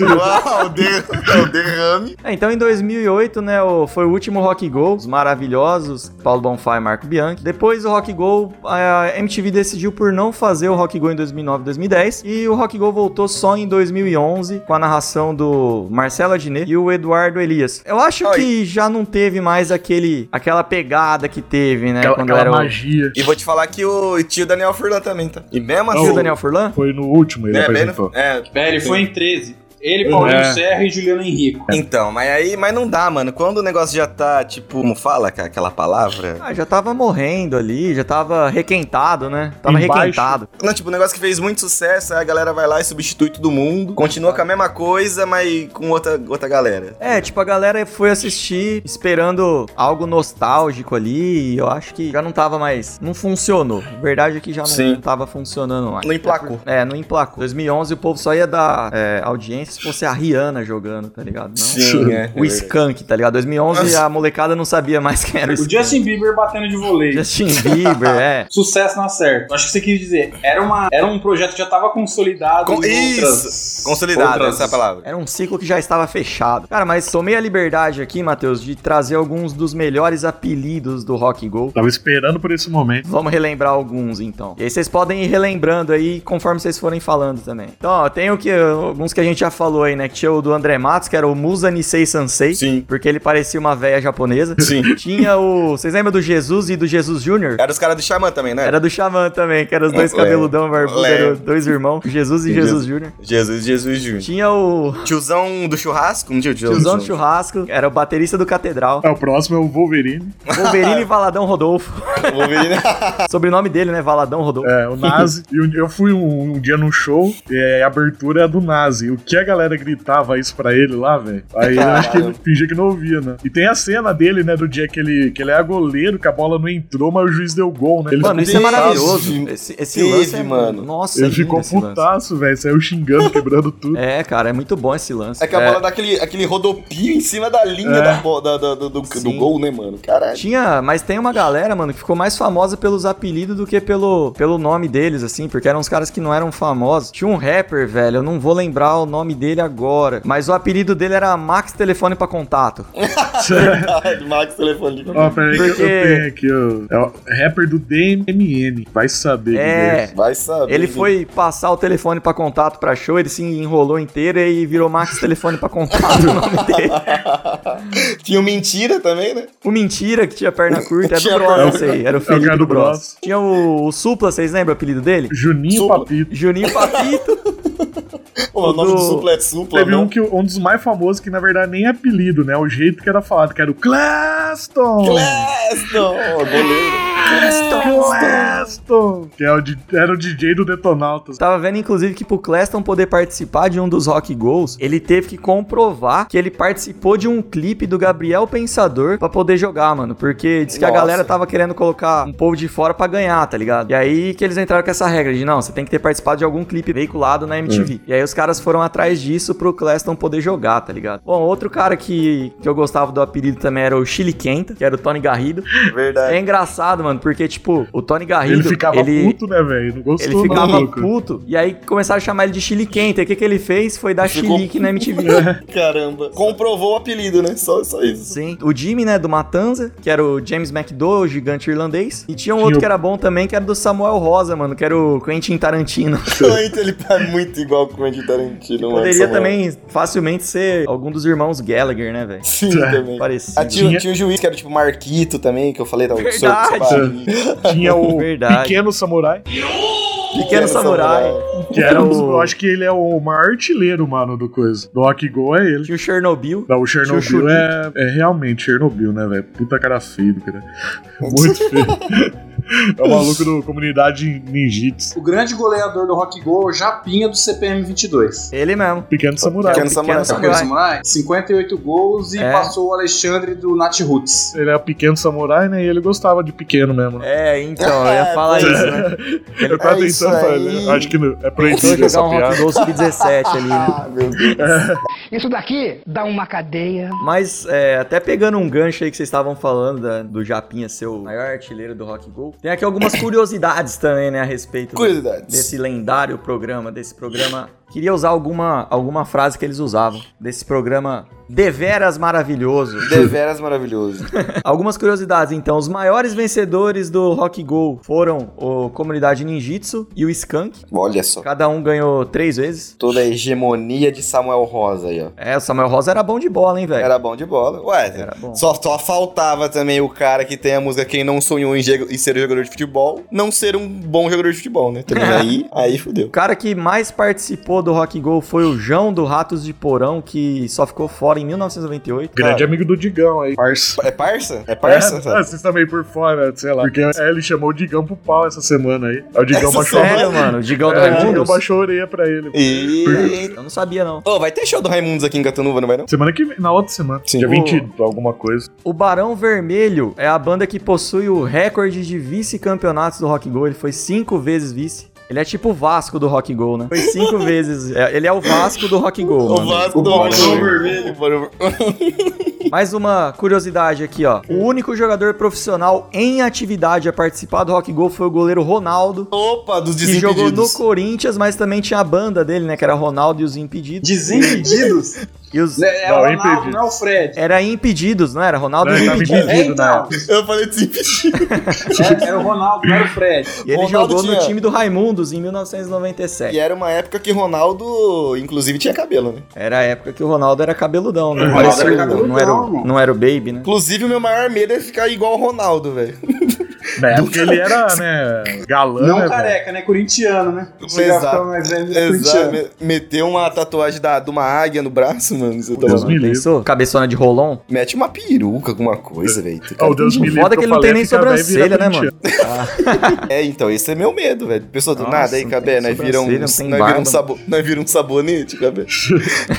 [SPEAKER 4] Uau, o, der- o derrame.
[SPEAKER 2] É, então em 2008, né, o- foi o último Rock Go, os maravilhosos, Paulo Bonfá e Marco Bianchi. Depois do Rock Go, a MTV decidiu por não fazer o Rock Go em 2009 2010, e o Rock Go voltou só em 2011, com a narração do Marcelo Adnet e o Eduardo Elias. Eu acho
[SPEAKER 4] Oi.
[SPEAKER 2] que já não teve mais aquele, aquela pegada que teve, né,
[SPEAKER 5] Aquela,
[SPEAKER 2] quando
[SPEAKER 5] aquela
[SPEAKER 2] era o...
[SPEAKER 5] magia.
[SPEAKER 4] E vou te falar que o tio Daniel Furlan também, tá? E mesmo
[SPEAKER 2] Tio
[SPEAKER 4] assim...
[SPEAKER 2] Daniel Furlan?
[SPEAKER 5] Foi no último, ele
[SPEAKER 4] É, bem no-
[SPEAKER 5] apresentou.
[SPEAKER 4] é,
[SPEAKER 3] Velho, ele foi em 13. Ele, Paulinho
[SPEAKER 5] É.
[SPEAKER 3] Serra e Juliano Henrico.
[SPEAKER 4] então, mas aí, mas não dá, mano. Quando o negócio já tá, tipo, como fala ca- aquela palavra?
[SPEAKER 2] Ah, já tava morrendo ali, já tava requentado, né? Tava
[SPEAKER 5] Embaixo.
[SPEAKER 2] requentado.
[SPEAKER 4] Não, tipo, um negócio que fez muito sucesso, aí a galera vai lá e substitui todo mundo, continua com a mesma coisa, mas com outra, outra galera.
[SPEAKER 2] É, tipo, a galera foi assistir esperando algo nostálgico ali e eu acho que já não tava mais. Não funcionou. A verdade é que já não,
[SPEAKER 4] Sim.
[SPEAKER 2] não tava funcionando mais.
[SPEAKER 4] Não emplacou.
[SPEAKER 2] É, não emplacou. 2011 o povo só ia dar é, audiência se fosse a Rihanna jogando, tá ligado? Não.
[SPEAKER 4] é.
[SPEAKER 2] O Skank, tá ligado? 2011
[SPEAKER 4] Nossa.
[SPEAKER 2] a molecada não sabia mais quem era o
[SPEAKER 3] O
[SPEAKER 2] Skank.
[SPEAKER 3] Justin Bieber batendo de vôlei.
[SPEAKER 2] Justin Bieber, é.
[SPEAKER 3] Sucesso na certa. Acho que você quis dizer. Era, uma, era um projeto que já tava consolidado.
[SPEAKER 4] Com-
[SPEAKER 3] em
[SPEAKER 4] isso! Consolidado,
[SPEAKER 3] outras-
[SPEAKER 4] essa é a palavra.
[SPEAKER 2] Era um ciclo que já estava fechado. Cara, mas tomei a liberdade aqui, Matheus, de trazer alguns dos melhores apelidos do Rock Go.
[SPEAKER 5] Tava esperando por esse momento.
[SPEAKER 2] Vamos relembrar alguns então. E aí vocês podem ir relembrando aí conforme vocês forem falando também. Então, ó, tem o que, alguns que a gente já falou aí, né? Que tinha o do André Matos, que era o Musa Nisei Sansei.
[SPEAKER 4] Sim.
[SPEAKER 2] Porque ele parecia uma véia japonesa.
[SPEAKER 4] Sim.
[SPEAKER 2] Tinha o. Vocês lembram do Jesus e do Jesus Júnior?
[SPEAKER 4] Era os caras do Xamã também, né?
[SPEAKER 2] Era do Xamã também, que eram os dois
[SPEAKER 4] É, Lembro.
[SPEAKER 2] cabeludão barbudo,
[SPEAKER 4] Lembro.
[SPEAKER 2] eram dois irmãos, Jesus e Jesus Júnior.
[SPEAKER 4] Jesus, Jesus Júnior.
[SPEAKER 2] Tinha o
[SPEAKER 4] Tiozão do churrasco? Não tinha o tiozão,
[SPEAKER 2] Tiozão do
[SPEAKER 4] do churrasco.
[SPEAKER 2] Churrasco, era o baterista do Catedral.
[SPEAKER 5] É, o próximo é o Wolverine.
[SPEAKER 2] Wolverine Valadão Rodolfo.
[SPEAKER 4] né?
[SPEAKER 2] Sobrenome dele, né? Valadão Rodolfo.
[SPEAKER 5] É, o Nazi. E um- eu fui um, um dia num show e a abertura é a do Nazi. O que a galera gritava isso pra ele lá, velho? Aí ele acho que ele fingia que não ouvia, né? E tem a cena dele, né, do dia que ele, que ele é goleiro, que a bola não entrou, mas o juiz deu gol, né? Ele
[SPEAKER 2] Mano, isso
[SPEAKER 5] ficou
[SPEAKER 2] é
[SPEAKER 4] Teve,
[SPEAKER 2] maravilhoso. Esse, esse
[SPEAKER 4] teve,
[SPEAKER 2] lance é,
[SPEAKER 4] mano.
[SPEAKER 2] Nossa, é
[SPEAKER 5] Ele
[SPEAKER 2] lindo
[SPEAKER 5] ficou
[SPEAKER 2] esse lance.
[SPEAKER 5] putaço, velho. Saiu xingando, quebrando tudo.
[SPEAKER 2] É, cara, é muito bom esse lance.
[SPEAKER 4] É que a bola dá aquele, aquele rodopio em cima da linha
[SPEAKER 5] É.
[SPEAKER 4] da bo- da- da- do, do- do
[SPEAKER 2] Sim.
[SPEAKER 4] gol, né, mano? Caralho.
[SPEAKER 2] Tinha, mas tem uma galera, mano, que ficou mais famosa pelos apelidos do que pelo, pelo nome deles, assim, porque eram uns caras que não eram famosos. Tinha um rapper, velho, eu não vou lembrar o nome dele agora, mas o apelido dele era Max Telefone pra Contato.
[SPEAKER 4] Verdade, Max, telefone de...
[SPEAKER 5] é- Ó, peraí que eu-
[SPEAKER 2] É. Porque-
[SPEAKER 5] eu tenho aqui, ó. É o rapper do DMN. Vai saber.
[SPEAKER 2] É.
[SPEAKER 5] Guilherme.
[SPEAKER 4] Vai saber.
[SPEAKER 2] Ele
[SPEAKER 4] né?
[SPEAKER 2] foi passar o telefone pra contato pra show, ele se enrolou inteiro e virou Max Telefone pra Contato o nome dele.
[SPEAKER 4] Tinha o mentira também, né?
[SPEAKER 2] O Mentira, que tinha perna curta, era
[SPEAKER 4] Tinha
[SPEAKER 2] do Bros,
[SPEAKER 4] perna-
[SPEAKER 2] isso aí. Era o
[SPEAKER 5] É o
[SPEAKER 2] Felipe
[SPEAKER 5] cara
[SPEAKER 2] do
[SPEAKER 5] do
[SPEAKER 2] Bros.
[SPEAKER 5] Bros.
[SPEAKER 2] Tinha o, o Supla, vocês lembram o apelido dele?
[SPEAKER 5] Juninho
[SPEAKER 4] Supla.
[SPEAKER 5] Papito.
[SPEAKER 2] Juninho Papito.
[SPEAKER 4] Pô, o nome
[SPEAKER 2] do-
[SPEAKER 4] do supla é supla,
[SPEAKER 5] Teve
[SPEAKER 4] não?
[SPEAKER 5] um, que, um dos mais famosos que, na verdade, nem é apelido, né? O jeito que era falado, que era o Claston!
[SPEAKER 4] Claston! Goleiro.
[SPEAKER 5] Claston! Que é o di- era o DJ do Detonautas.
[SPEAKER 2] Tava vendo, inclusive, que pro Cleston poder participar de um dos Rock Goals, ele teve que comprovar que ele participou de um clipe do Gabriel Pensador pra poder jogar, mano. Porque diz que a
[SPEAKER 4] Nossa.
[SPEAKER 2] galera tava querendo colocar um povo de fora pra ganhar, tá ligado? E aí que eles entraram com essa regra de, não, você tem que ter participado de algum clipe veiculado na MTV.
[SPEAKER 5] Hum.
[SPEAKER 2] E aí os caras foram atrás disso pro Cleston poder jogar, tá ligado? Bom, outro cara que, que eu gostava do apelido também era o Chile Quenta, que era o Tony Garrido.
[SPEAKER 4] Verdade.
[SPEAKER 2] É engraçado, mano, porque, tipo, o Tony Garrido...
[SPEAKER 5] Ele ficava puto, né, velho? Não gostou,
[SPEAKER 2] Ele ficava
[SPEAKER 5] não, louco.
[SPEAKER 2] puto e aí começaram a chamar ele de chili quente. E o que, que ele fez? Foi dar
[SPEAKER 4] Ficou- É.
[SPEAKER 2] chilique na MTV.
[SPEAKER 4] Caramba. Comprovou o apelido, né? Só, só isso.
[SPEAKER 2] Sim. O Jimmy, né, do Matanza, que era o James McDowell, o gigante irlandês. E tinha um
[SPEAKER 5] Tinha
[SPEAKER 2] outro
[SPEAKER 5] o-
[SPEAKER 2] que era bom também, que era do Samuel Rosa, mano, que era o Quentin Tarantino.
[SPEAKER 4] Então, ele tá muito igual com o Andy Tarantino. mano,
[SPEAKER 2] Poderia
[SPEAKER 4] Samuel.
[SPEAKER 2] também facilmente ser algum dos irmãos Gallagher, né, velho?
[SPEAKER 4] Sim,
[SPEAKER 5] É.
[SPEAKER 4] também. Ah,
[SPEAKER 2] Parecido.
[SPEAKER 4] tinha, tinha o juiz que era tipo Marquito também, que eu falei, tá? o seu- seu
[SPEAKER 2] Verdade.
[SPEAKER 4] barriga.
[SPEAKER 5] Tinha o
[SPEAKER 2] Verdade.
[SPEAKER 5] Pequeno Samurai,
[SPEAKER 2] Pequeno Samurai.
[SPEAKER 5] que era um dos,
[SPEAKER 2] o-
[SPEAKER 5] Eu acho que ele é o maior artilheiro, mano, do coisa. Do Rock Go é ele.
[SPEAKER 2] Tinha o Chernobyl.
[SPEAKER 5] Não, o
[SPEAKER 2] Tinha o
[SPEAKER 5] Chernobyl é, é realmente Chernobyl, né, velho? Puta cara feio, do cara. Muito feio. É o maluco do comunidade ninjitsu.
[SPEAKER 3] O grande goleador do Rock Go, o Japinha do CPM 22.
[SPEAKER 2] Ele mesmo.
[SPEAKER 5] Pequeno samurai.
[SPEAKER 4] Pequeno Samurai.
[SPEAKER 3] Sabe é aquele samurai? 58 gols e
[SPEAKER 2] É.
[SPEAKER 3] passou o Alexandre do Nat Roots.
[SPEAKER 5] Ele era pequeno samurai, né? E ele gostava de pequeno mesmo. né?
[SPEAKER 2] É, então, eu ia falar isso, né?
[SPEAKER 5] Eu tava
[SPEAKER 4] É isso
[SPEAKER 5] tentando falar,
[SPEAKER 4] aí.
[SPEAKER 5] né? acho que não- é
[SPEAKER 2] Tentou
[SPEAKER 5] proibido
[SPEAKER 2] jogar
[SPEAKER 5] essa
[SPEAKER 2] um Rock
[SPEAKER 5] piada.
[SPEAKER 2] Gold Sub-17 ali, né?
[SPEAKER 4] Ah, meu Deus.
[SPEAKER 9] Isso daqui dá uma cadeia.
[SPEAKER 2] Mas, é, até pegando um gancho aí que vocês estavam falando da- do Japinha ser o maior artilheiro do Rock Go, tem aqui algumas curiosidades também, né, a respeito do-
[SPEAKER 4] Curiosidades.
[SPEAKER 2] desse lendário programa, desse programa. Queria usar alguma, alguma frase que eles usavam, desse programa deveras maravilhoso.
[SPEAKER 4] Deveras maravilhoso.
[SPEAKER 2] Algumas curiosidades, então. Os maiores vencedores do Rock Go foram o Comunidade Ninjitsu e o Skunk.
[SPEAKER 4] Olha só.
[SPEAKER 2] Cada um ganhou três vezes.
[SPEAKER 4] Toda a hegemonia de Samuel Rosa aí, ó.
[SPEAKER 2] É, o Samuel Rosa era bom de bola, hein, velho?
[SPEAKER 4] Era bom de bola. Ué,
[SPEAKER 2] Era bom.
[SPEAKER 4] Só, só faltava também o cara que tem a música Quem Não Sonhou em, Jego- em Ser Jogador de Futebol, não ser um bom jogador de futebol, né? Também aí, aí fudeu.
[SPEAKER 2] O cara que mais participou do Rock Go foi o João do Ratos de Porão, que só ficou fora em 1998.
[SPEAKER 5] Grande amigo do Digão aí, parça.
[SPEAKER 4] É parça? É parça?
[SPEAKER 5] É,
[SPEAKER 4] sabe?
[SPEAKER 5] vocês também por fora, sei lá. Porque é, ele chamou o Digão pro pau essa semana aí. Aí O Digão
[SPEAKER 4] Essa
[SPEAKER 5] baixou,
[SPEAKER 4] semana?
[SPEAKER 2] Sério, mano? O Digão do
[SPEAKER 5] é, o Digão
[SPEAKER 2] Raimundos?
[SPEAKER 5] baixou a orelha pra ele.
[SPEAKER 4] E...
[SPEAKER 2] Eu não sabia, não.
[SPEAKER 4] Ô, vai ter show do Raimundos aqui em Catanuva, não vai não?
[SPEAKER 5] Semana que vem, na outra semana.
[SPEAKER 4] Sim.
[SPEAKER 5] Dia
[SPEAKER 4] O-
[SPEAKER 5] 20, alguma coisa.
[SPEAKER 2] O Barão Vermelho é a banda que possui o recorde de vice-campeonatos do Rock Go. Ele foi cinco vezes vice. Ele é tipo o Vasco do Rock Go, né? Foi cinco vezes. é, ele é o Vasco do Rock Go,
[SPEAKER 4] O
[SPEAKER 2] mano.
[SPEAKER 4] Vasco
[SPEAKER 3] O
[SPEAKER 4] do
[SPEAKER 3] Barão
[SPEAKER 4] Barão
[SPEAKER 3] Vermelho.
[SPEAKER 4] O Barão-
[SPEAKER 2] Mais uma curiosidade aqui, ó. O único jogador profissional em atividade a participar do Rock Go foi o goleiro Ronaldo,
[SPEAKER 4] Opa, dos
[SPEAKER 2] que jogou no
[SPEAKER 4] desimpedidos.
[SPEAKER 2] Corinthians, mas também tinha a banda dele, né? Que era Ronaldo e os Impedidos.
[SPEAKER 3] Desimpedidos?
[SPEAKER 2] E os...
[SPEAKER 3] é é
[SPEAKER 5] Não,
[SPEAKER 3] o
[SPEAKER 5] é
[SPEAKER 3] Ronaldo,
[SPEAKER 5] impedido.
[SPEAKER 3] não é o Fred.
[SPEAKER 2] Era Impedidos, não era? Ronaldo
[SPEAKER 5] Não,
[SPEAKER 2] e
[SPEAKER 5] ele
[SPEAKER 2] os
[SPEAKER 5] tava
[SPEAKER 2] Impedidos.
[SPEAKER 5] impedido.
[SPEAKER 3] É, então.
[SPEAKER 4] Eu falei desimpedido.
[SPEAKER 3] É, era o Ronaldo, não era o Fred.
[SPEAKER 2] E ele
[SPEAKER 4] Ronaldo
[SPEAKER 2] jogou no
[SPEAKER 4] tinha-
[SPEAKER 2] time do Raimundos em
[SPEAKER 4] E
[SPEAKER 2] 1997.
[SPEAKER 4] era uma época que Ronaldo, inclusive, tinha cabelo, né?
[SPEAKER 2] Era a época que o Ronaldo era cabeludão, né?
[SPEAKER 3] O
[SPEAKER 2] Parecia
[SPEAKER 3] Ronaldo era
[SPEAKER 2] o-
[SPEAKER 3] cabeludão,
[SPEAKER 2] não, era o,
[SPEAKER 3] mano.
[SPEAKER 2] não era o Baby, né?
[SPEAKER 4] Inclusive, o meu maior medo é ficar igual o Ronaldo, velho.
[SPEAKER 5] Na época ele era, né, galã,
[SPEAKER 3] Não
[SPEAKER 5] né, velho?
[SPEAKER 3] careca, né? Corintiano, né? Chegar a ficar mais velho do que
[SPEAKER 4] Exato.
[SPEAKER 3] corintiano.
[SPEAKER 4] Me- Meter uma tatuagem da, de uma águia no braço, mano. Você tá
[SPEAKER 5] Deus
[SPEAKER 4] maluco.
[SPEAKER 5] me livre.
[SPEAKER 2] Pensou? Cabeçona de Rolon?
[SPEAKER 4] Mete uma peruca, alguma coisa, velho. tá
[SPEAKER 5] Ó, Ah, o Deus me livre.
[SPEAKER 2] Foda que
[SPEAKER 5] eu
[SPEAKER 2] ele não
[SPEAKER 5] falei,
[SPEAKER 2] tem
[SPEAKER 5] assim,
[SPEAKER 2] nem
[SPEAKER 5] fica velho e vira
[SPEAKER 2] sobrancelha, né, mano?
[SPEAKER 5] corintiano.
[SPEAKER 4] É, então, esse é meu medo, velho. Pessoa do
[SPEAKER 2] Nossa,
[SPEAKER 4] nada aí,
[SPEAKER 2] não
[SPEAKER 4] Cabé,
[SPEAKER 2] tem
[SPEAKER 4] nós vira um,
[SPEAKER 2] sobrancelha,
[SPEAKER 4] nós
[SPEAKER 2] não tem
[SPEAKER 4] vira um,
[SPEAKER 2] barba.
[SPEAKER 4] sabo, nós vira um sabonete, Cabé.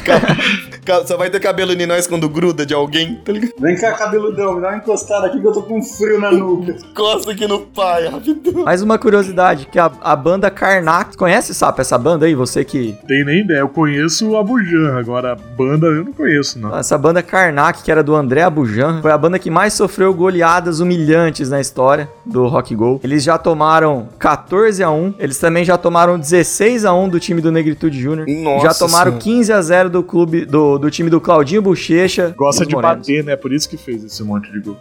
[SPEAKER 4] Ca- ca- Só vai ter cabelo em nós quando gruda de alguém, tá ligado?
[SPEAKER 3] Vem cá, cabeludão, me dá uma encostada aqui que eu tô com frio na nuca.
[SPEAKER 4] Costa aqui no pai, rapidão.
[SPEAKER 2] Mais uma curiosidade, que a, a banda Karnak... Conhece, Sapo, essa banda aí? Você que...
[SPEAKER 5] Tem nem ideia. Eu conheço a Bujan, agora a banda eu não conheço, não.
[SPEAKER 2] Essa banda Karnak, que era do André Abujan, foi a banda que mais sofreu goleadas humilhantes na história do Rock Go. Eles já tomaram 14 a 1, eles também já tomaram 16 a 1 do time do Negritude Júnior.
[SPEAKER 4] Nossa
[SPEAKER 2] Já tomaram
[SPEAKER 4] Senhora.
[SPEAKER 2] 15 a 0 do clube do, do time do Claudinho Bochecha.
[SPEAKER 5] Gosta
[SPEAKER 2] dos
[SPEAKER 5] de
[SPEAKER 2] Morenos.
[SPEAKER 5] bater, né? Por isso que fez esse monte de gol.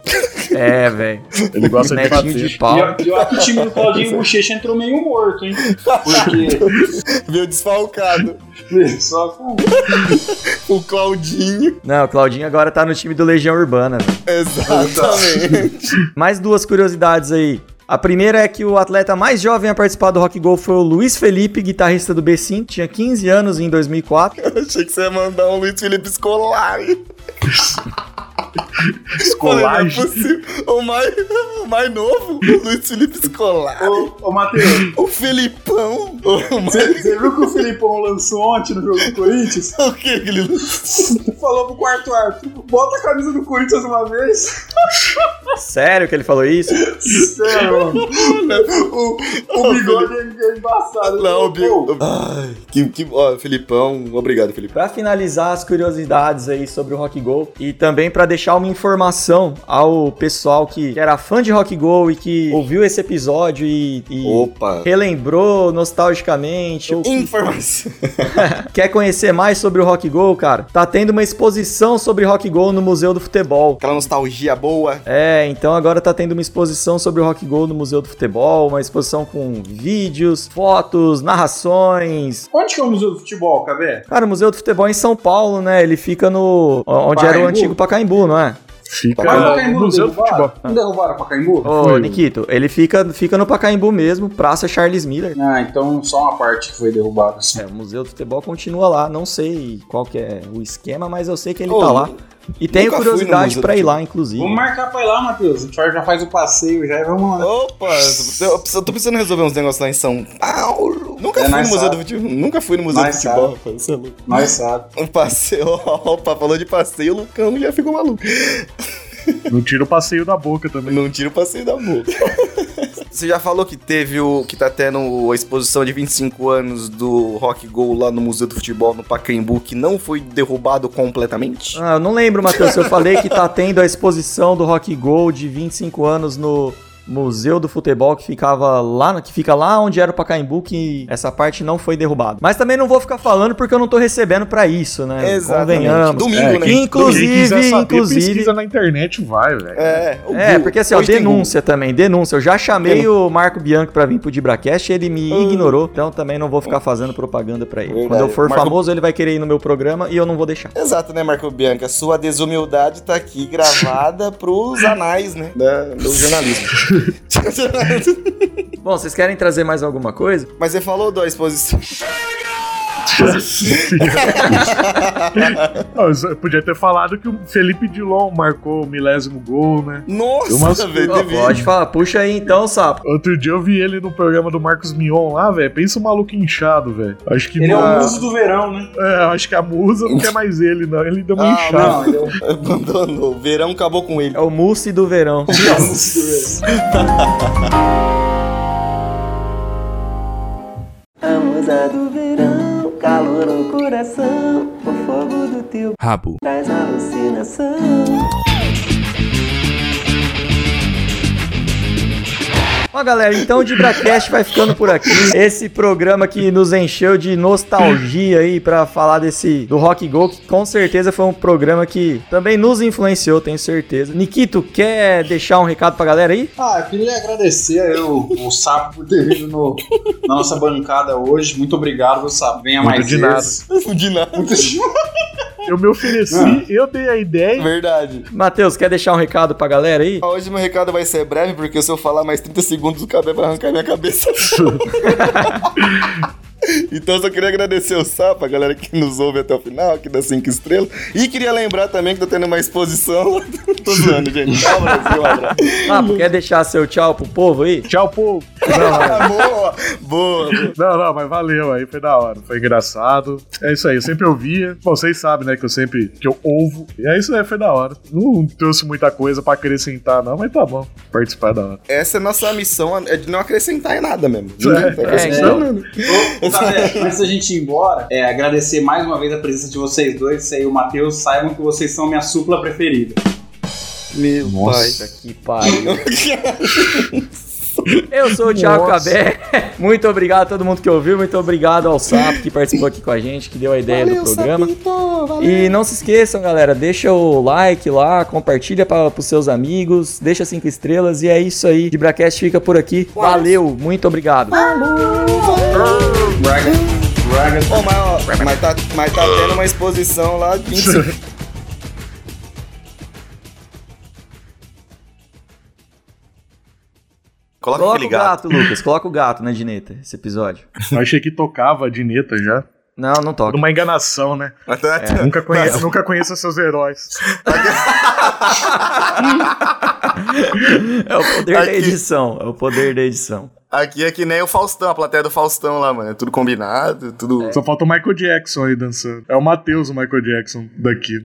[SPEAKER 2] É, velho.
[SPEAKER 5] Ele gosta de
[SPEAKER 2] Netinho de
[SPEAKER 5] bater.
[SPEAKER 2] pau.
[SPEAKER 3] Pior- Pior que o time do Claudinho Bochecha entrou meio morto, hein? Porque.
[SPEAKER 4] Veio desfalcado.
[SPEAKER 3] Só com.
[SPEAKER 4] O Claudinho.
[SPEAKER 2] Não, o Claudinho agora tá no time do Legião Urbana. velho.
[SPEAKER 4] Exatamente.
[SPEAKER 2] Mais duas curiosidades aí. A primeira é que o atleta mais jovem a participar do Rock Go foi o Luiz Felipe, guitarrista do Bessim, tinha 15 anos em 2004.
[SPEAKER 4] Achei que você ia mandar um Luiz Felipe Scolari. Falei, não é
[SPEAKER 5] Escolagem.
[SPEAKER 4] possível. O mais, o mais novo, o Luiz Felipe Scolari.
[SPEAKER 3] Ô, ô Matheus,
[SPEAKER 4] O Felipão. O, mais...
[SPEAKER 3] você você viu que o Felipão lançou ontem no jogo do Corinthians?
[SPEAKER 4] o que que ele
[SPEAKER 3] Falou pro quarto árbitro: bota a camisa do Corinthians uma vez.
[SPEAKER 2] Sério que ele falou isso?
[SPEAKER 3] Sério, mano. O, é um- o bigode é embaçado. Ele
[SPEAKER 4] Não,
[SPEAKER 3] falou,
[SPEAKER 4] o Bigo.
[SPEAKER 3] "Pô,
[SPEAKER 4] Ai, que, que, ó, Felipão, obrigado, Felipão.
[SPEAKER 2] Pra finalizar as curiosidades aí sobre o Rock Go e também pra deixar uma informação ao pessoal que era fã de Rock Go e que ouviu esse episódio e, e
[SPEAKER 4] Opa.
[SPEAKER 2] relembrou nostalgicamente, ou
[SPEAKER 4] Informação.
[SPEAKER 2] quer conhecer mais sobre o Rock Go, cara, tá tendo uma exposição sobre Rock Go no Museu do Futebol.
[SPEAKER 4] Aquela nostalgia boa.
[SPEAKER 2] É, então agora tá tendo uma exposição sobre o Rock Go no Museu do Futebol, uma exposição com vídeos, fotos, narrações.
[SPEAKER 3] Onde que é o Museu do Futebol, Cabé?
[SPEAKER 2] Cara, o Museu do Futebol é em São Paulo, né? Ele fica no. onde era o
[SPEAKER 3] Pacaembu?
[SPEAKER 2] antigo Pacaembu, não é?
[SPEAKER 5] Fica
[SPEAKER 3] Mas o Pacaembu
[SPEAKER 5] no
[SPEAKER 3] não
[SPEAKER 5] Museu do Futebol.
[SPEAKER 3] derrubaram? Não derrubaram o Pacaembu?
[SPEAKER 2] Ô,
[SPEAKER 5] Foi.
[SPEAKER 2] Nikito, ele fica, fica no Pacaembu mesmo, Praça Charles Miller.
[SPEAKER 3] Ah, então só uma parte que foi derrubada. assim.
[SPEAKER 2] É, o Museu do Futebol continua lá, não sei qual que é o esquema, mas eu sei que ele
[SPEAKER 4] Ô,
[SPEAKER 2] tá lá. E tenho
[SPEAKER 4] nunca fui no
[SPEAKER 2] curiosidade
[SPEAKER 4] Museu do
[SPEAKER 2] pra ir
[SPEAKER 4] Futebol.
[SPEAKER 2] lá, inclusive.
[SPEAKER 3] Vamos marcar pra ir lá, Matheus. A gente já faz o passeio já e vamos lá.
[SPEAKER 4] Opa, eu, preciso- eu tô precisando resolver uns negócios lá em São Paulo. Nunca
[SPEAKER 3] É,
[SPEAKER 4] fui no
[SPEAKER 3] nós
[SPEAKER 4] Museu
[SPEAKER 3] sabe.
[SPEAKER 4] do Futebol. Nunca fui no Museu
[SPEAKER 3] Nós
[SPEAKER 4] do Futebol, rapaz. Você é louco.
[SPEAKER 3] Nós sabe.
[SPEAKER 4] Um passeio. Opa, falou de passeio, o Lucão já ficou maluco.
[SPEAKER 5] Não tira o passeio da boca também.
[SPEAKER 4] Não tira o passeio da boca. Você já falou que teve o. que tá tendo a exposição de 25 anos do Rock Go lá no Museu do Futebol no Pacaembu, que não foi derrubado completamente?
[SPEAKER 2] Ah, eu não lembro, Matheus, se eu falei que tá tendo a exposição do Rock Go de 25 anos no Museu do Futebol que ficava lá, que fica lá onde era o Pacaembu, que essa parte não foi derrubada. Mas também não vou ficar falando porque eu não tô recebendo pra isso, né? Convenhamos.
[SPEAKER 4] Domingo,
[SPEAKER 5] É,
[SPEAKER 4] né?
[SPEAKER 2] quem- Inclusive,
[SPEAKER 5] Quem quiser saber,
[SPEAKER 2] inclusive-
[SPEAKER 5] pesquisa na internet, vai, velho.
[SPEAKER 4] É, o
[SPEAKER 2] É,
[SPEAKER 4] Google.
[SPEAKER 2] porque assim, ó,
[SPEAKER 4] Hoje tem
[SPEAKER 2] denúncia também, denúncia. Eu já chamei o Marco Bianco pra vir pro Dibracast, ele me ignorou, então também não vou ficar fazendo propaganda pra ele.
[SPEAKER 4] Ah. Verdade.
[SPEAKER 2] Quando eu for
[SPEAKER 4] Marco-
[SPEAKER 2] famoso, ele vai querer ir no meu programa e eu não vou deixar.
[SPEAKER 4] Google. Exato, né, Marco Bianca? Sua desumildade tá aqui gravada pros anais, né? da- do jornalismo.
[SPEAKER 2] Bom, vocês querem trazer mais alguma coisa?
[SPEAKER 4] Mas você falou da exposição.
[SPEAKER 5] Ah, eu podia ter falado que o Felipe Dilon marcou o milésimo gol, né?
[SPEAKER 4] Nossa,
[SPEAKER 5] Umas-
[SPEAKER 4] velho,
[SPEAKER 2] Ó,
[SPEAKER 4] teve-
[SPEAKER 2] pode falar, puxa aí então, sapo.
[SPEAKER 5] Outro dia eu vi ele no programa do Marcos Mion lá, velho. Pensa o maluco inchado, velho. Acho que
[SPEAKER 3] Ele é
[SPEAKER 5] na-
[SPEAKER 3] o muso do verão, né?
[SPEAKER 5] É, acho que a musa não quer mais ele, não. Ele deu uma
[SPEAKER 4] Ah,
[SPEAKER 5] inchada.
[SPEAKER 3] Não, ele é o
[SPEAKER 4] Abandonou. O verão acabou com ele.
[SPEAKER 2] É o mousse do verão.
[SPEAKER 3] ele é o muso do verão.
[SPEAKER 1] Rabo.
[SPEAKER 2] Ó, galera, então o DibraCast vai ficando por aqui. Esse programa que nos encheu de nostalgia aí pra falar desse do Rock Go, que com certeza foi um programa que também nos influenciou, tenho certeza. Nikito, quer deixar um recado pra galera aí?
[SPEAKER 3] Ah, eu queria agradecer aí o, o Sapo por ter vindo no- na nossa bancada hoje. Muito obrigado, Sapo. Venha
[SPEAKER 5] Muito
[SPEAKER 3] mais
[SPEAKER 5] de
[SPEAKER 3] vezes.
[SPEAKER 4] De nada.
[SPEAKER 3] Muito de nada.
[SPEAKER 5] Eu me ofereci,
[SPEAKER 3] Ah.
[SPEAKER 5] eu dei a ideia.
[SPEAKER 4] Verdade.
[SPEAKER 2] Matheus, quer deixar um recado pra galera aí?
[SPEAKER 4] Ah, Hoje meu recado vai ser breve, porque se eu falar mais 30 segundos, o cabelo vai arrancar minha cabeça. Então eu só queria agradecer o Sapa, a galera que nos ouve até o final, aqui das 5 estrelas. E queria lembrar também que tá tendo uma exposição. Tô zoando, gente. Um abraço, um abraço.
[SPEAKER 2] Ah, quer deixar seu tchau pro povo aí?
[SPEAKER 5] Tchau, povo.
[SPEAKER 4] boa, boa.
[SPEAKER 5] Não, não, mas valeu aí, foi da hora. Foi engraçado. É isso aí, eu sempre ouvia. Bom, vocês sabem, né, que eu sempre que eu ouvo. E é isso aí, foi da hora. Não trouxe muita coisa pra acrescentar, não, mas tá bom. Participar é da hora.
[SPEAKER 4] Essa é a nossa missão, é de não acrescentar em nada mesmo.
[SPEAKER 5] É,
[SPEAKER 4] Tá acrescentando nada.
[SPEAKER 3] Sabe, antes da gente ir embora, é, agradecer mais uma vez a presença de vocês dois, isso aí, o Matheus, saibam que vocês são minha supla preferida.
[SPEAKER 4] Meu
[SPEAKER 2] Nossa, que pariu. Eu sou o Thiago
[SPEAKER 5] Nossa.
[SPEAKER 2] Cabé. Muito obrigado a todo mundo que ouviu. Muito obrigado ao Sapo que participou aqui com a gente, que deu a ideia do programa. E não se esqueçam, galera, deixa o like lá, compartilha para os seus amigos, deixa cinco estrelas e é isso aí. De Bracast fica por aqui. Valeu, muito obrigado.
[SPEAKER 3] Braga, Braga,
[SPEAKER 4] Ô, mas, ó, mas, tá, mas tá tendo uma exposição lá em São Coloca
[SPEAKER 2] Coloca
[SPEAKER 4] aquele
[SPEAKER 2] o
[SPEAKER 4] gato.
[SPEAKER 2] gato, Lucas. Coloca o gato na dineta, esse episódio.
[SPEAKER 5] Eu achei que tocava a dineta já.
[SPEAKER 2] Não, não toca.
[SPEAKER 5] Uma enganação, né?
[SPEAKER 4] tá
[SPEAKER 5] Nunca conheço, nunca conheço seus heróis.
[SPEAKER 2] É o poder da
[SPEAKER 4] Aqui.
[SPEAKER 2] edição. É o poder da edição.
[SPEAKER 4] Aqui é que nem o Faustão, a plateia do Faustão lá, mano. É tudo combinado, tudo.
[SPEAKER 5] Só falta o Michael Jackson aí dançando. É o Matheus, o Michael Jackson daqui.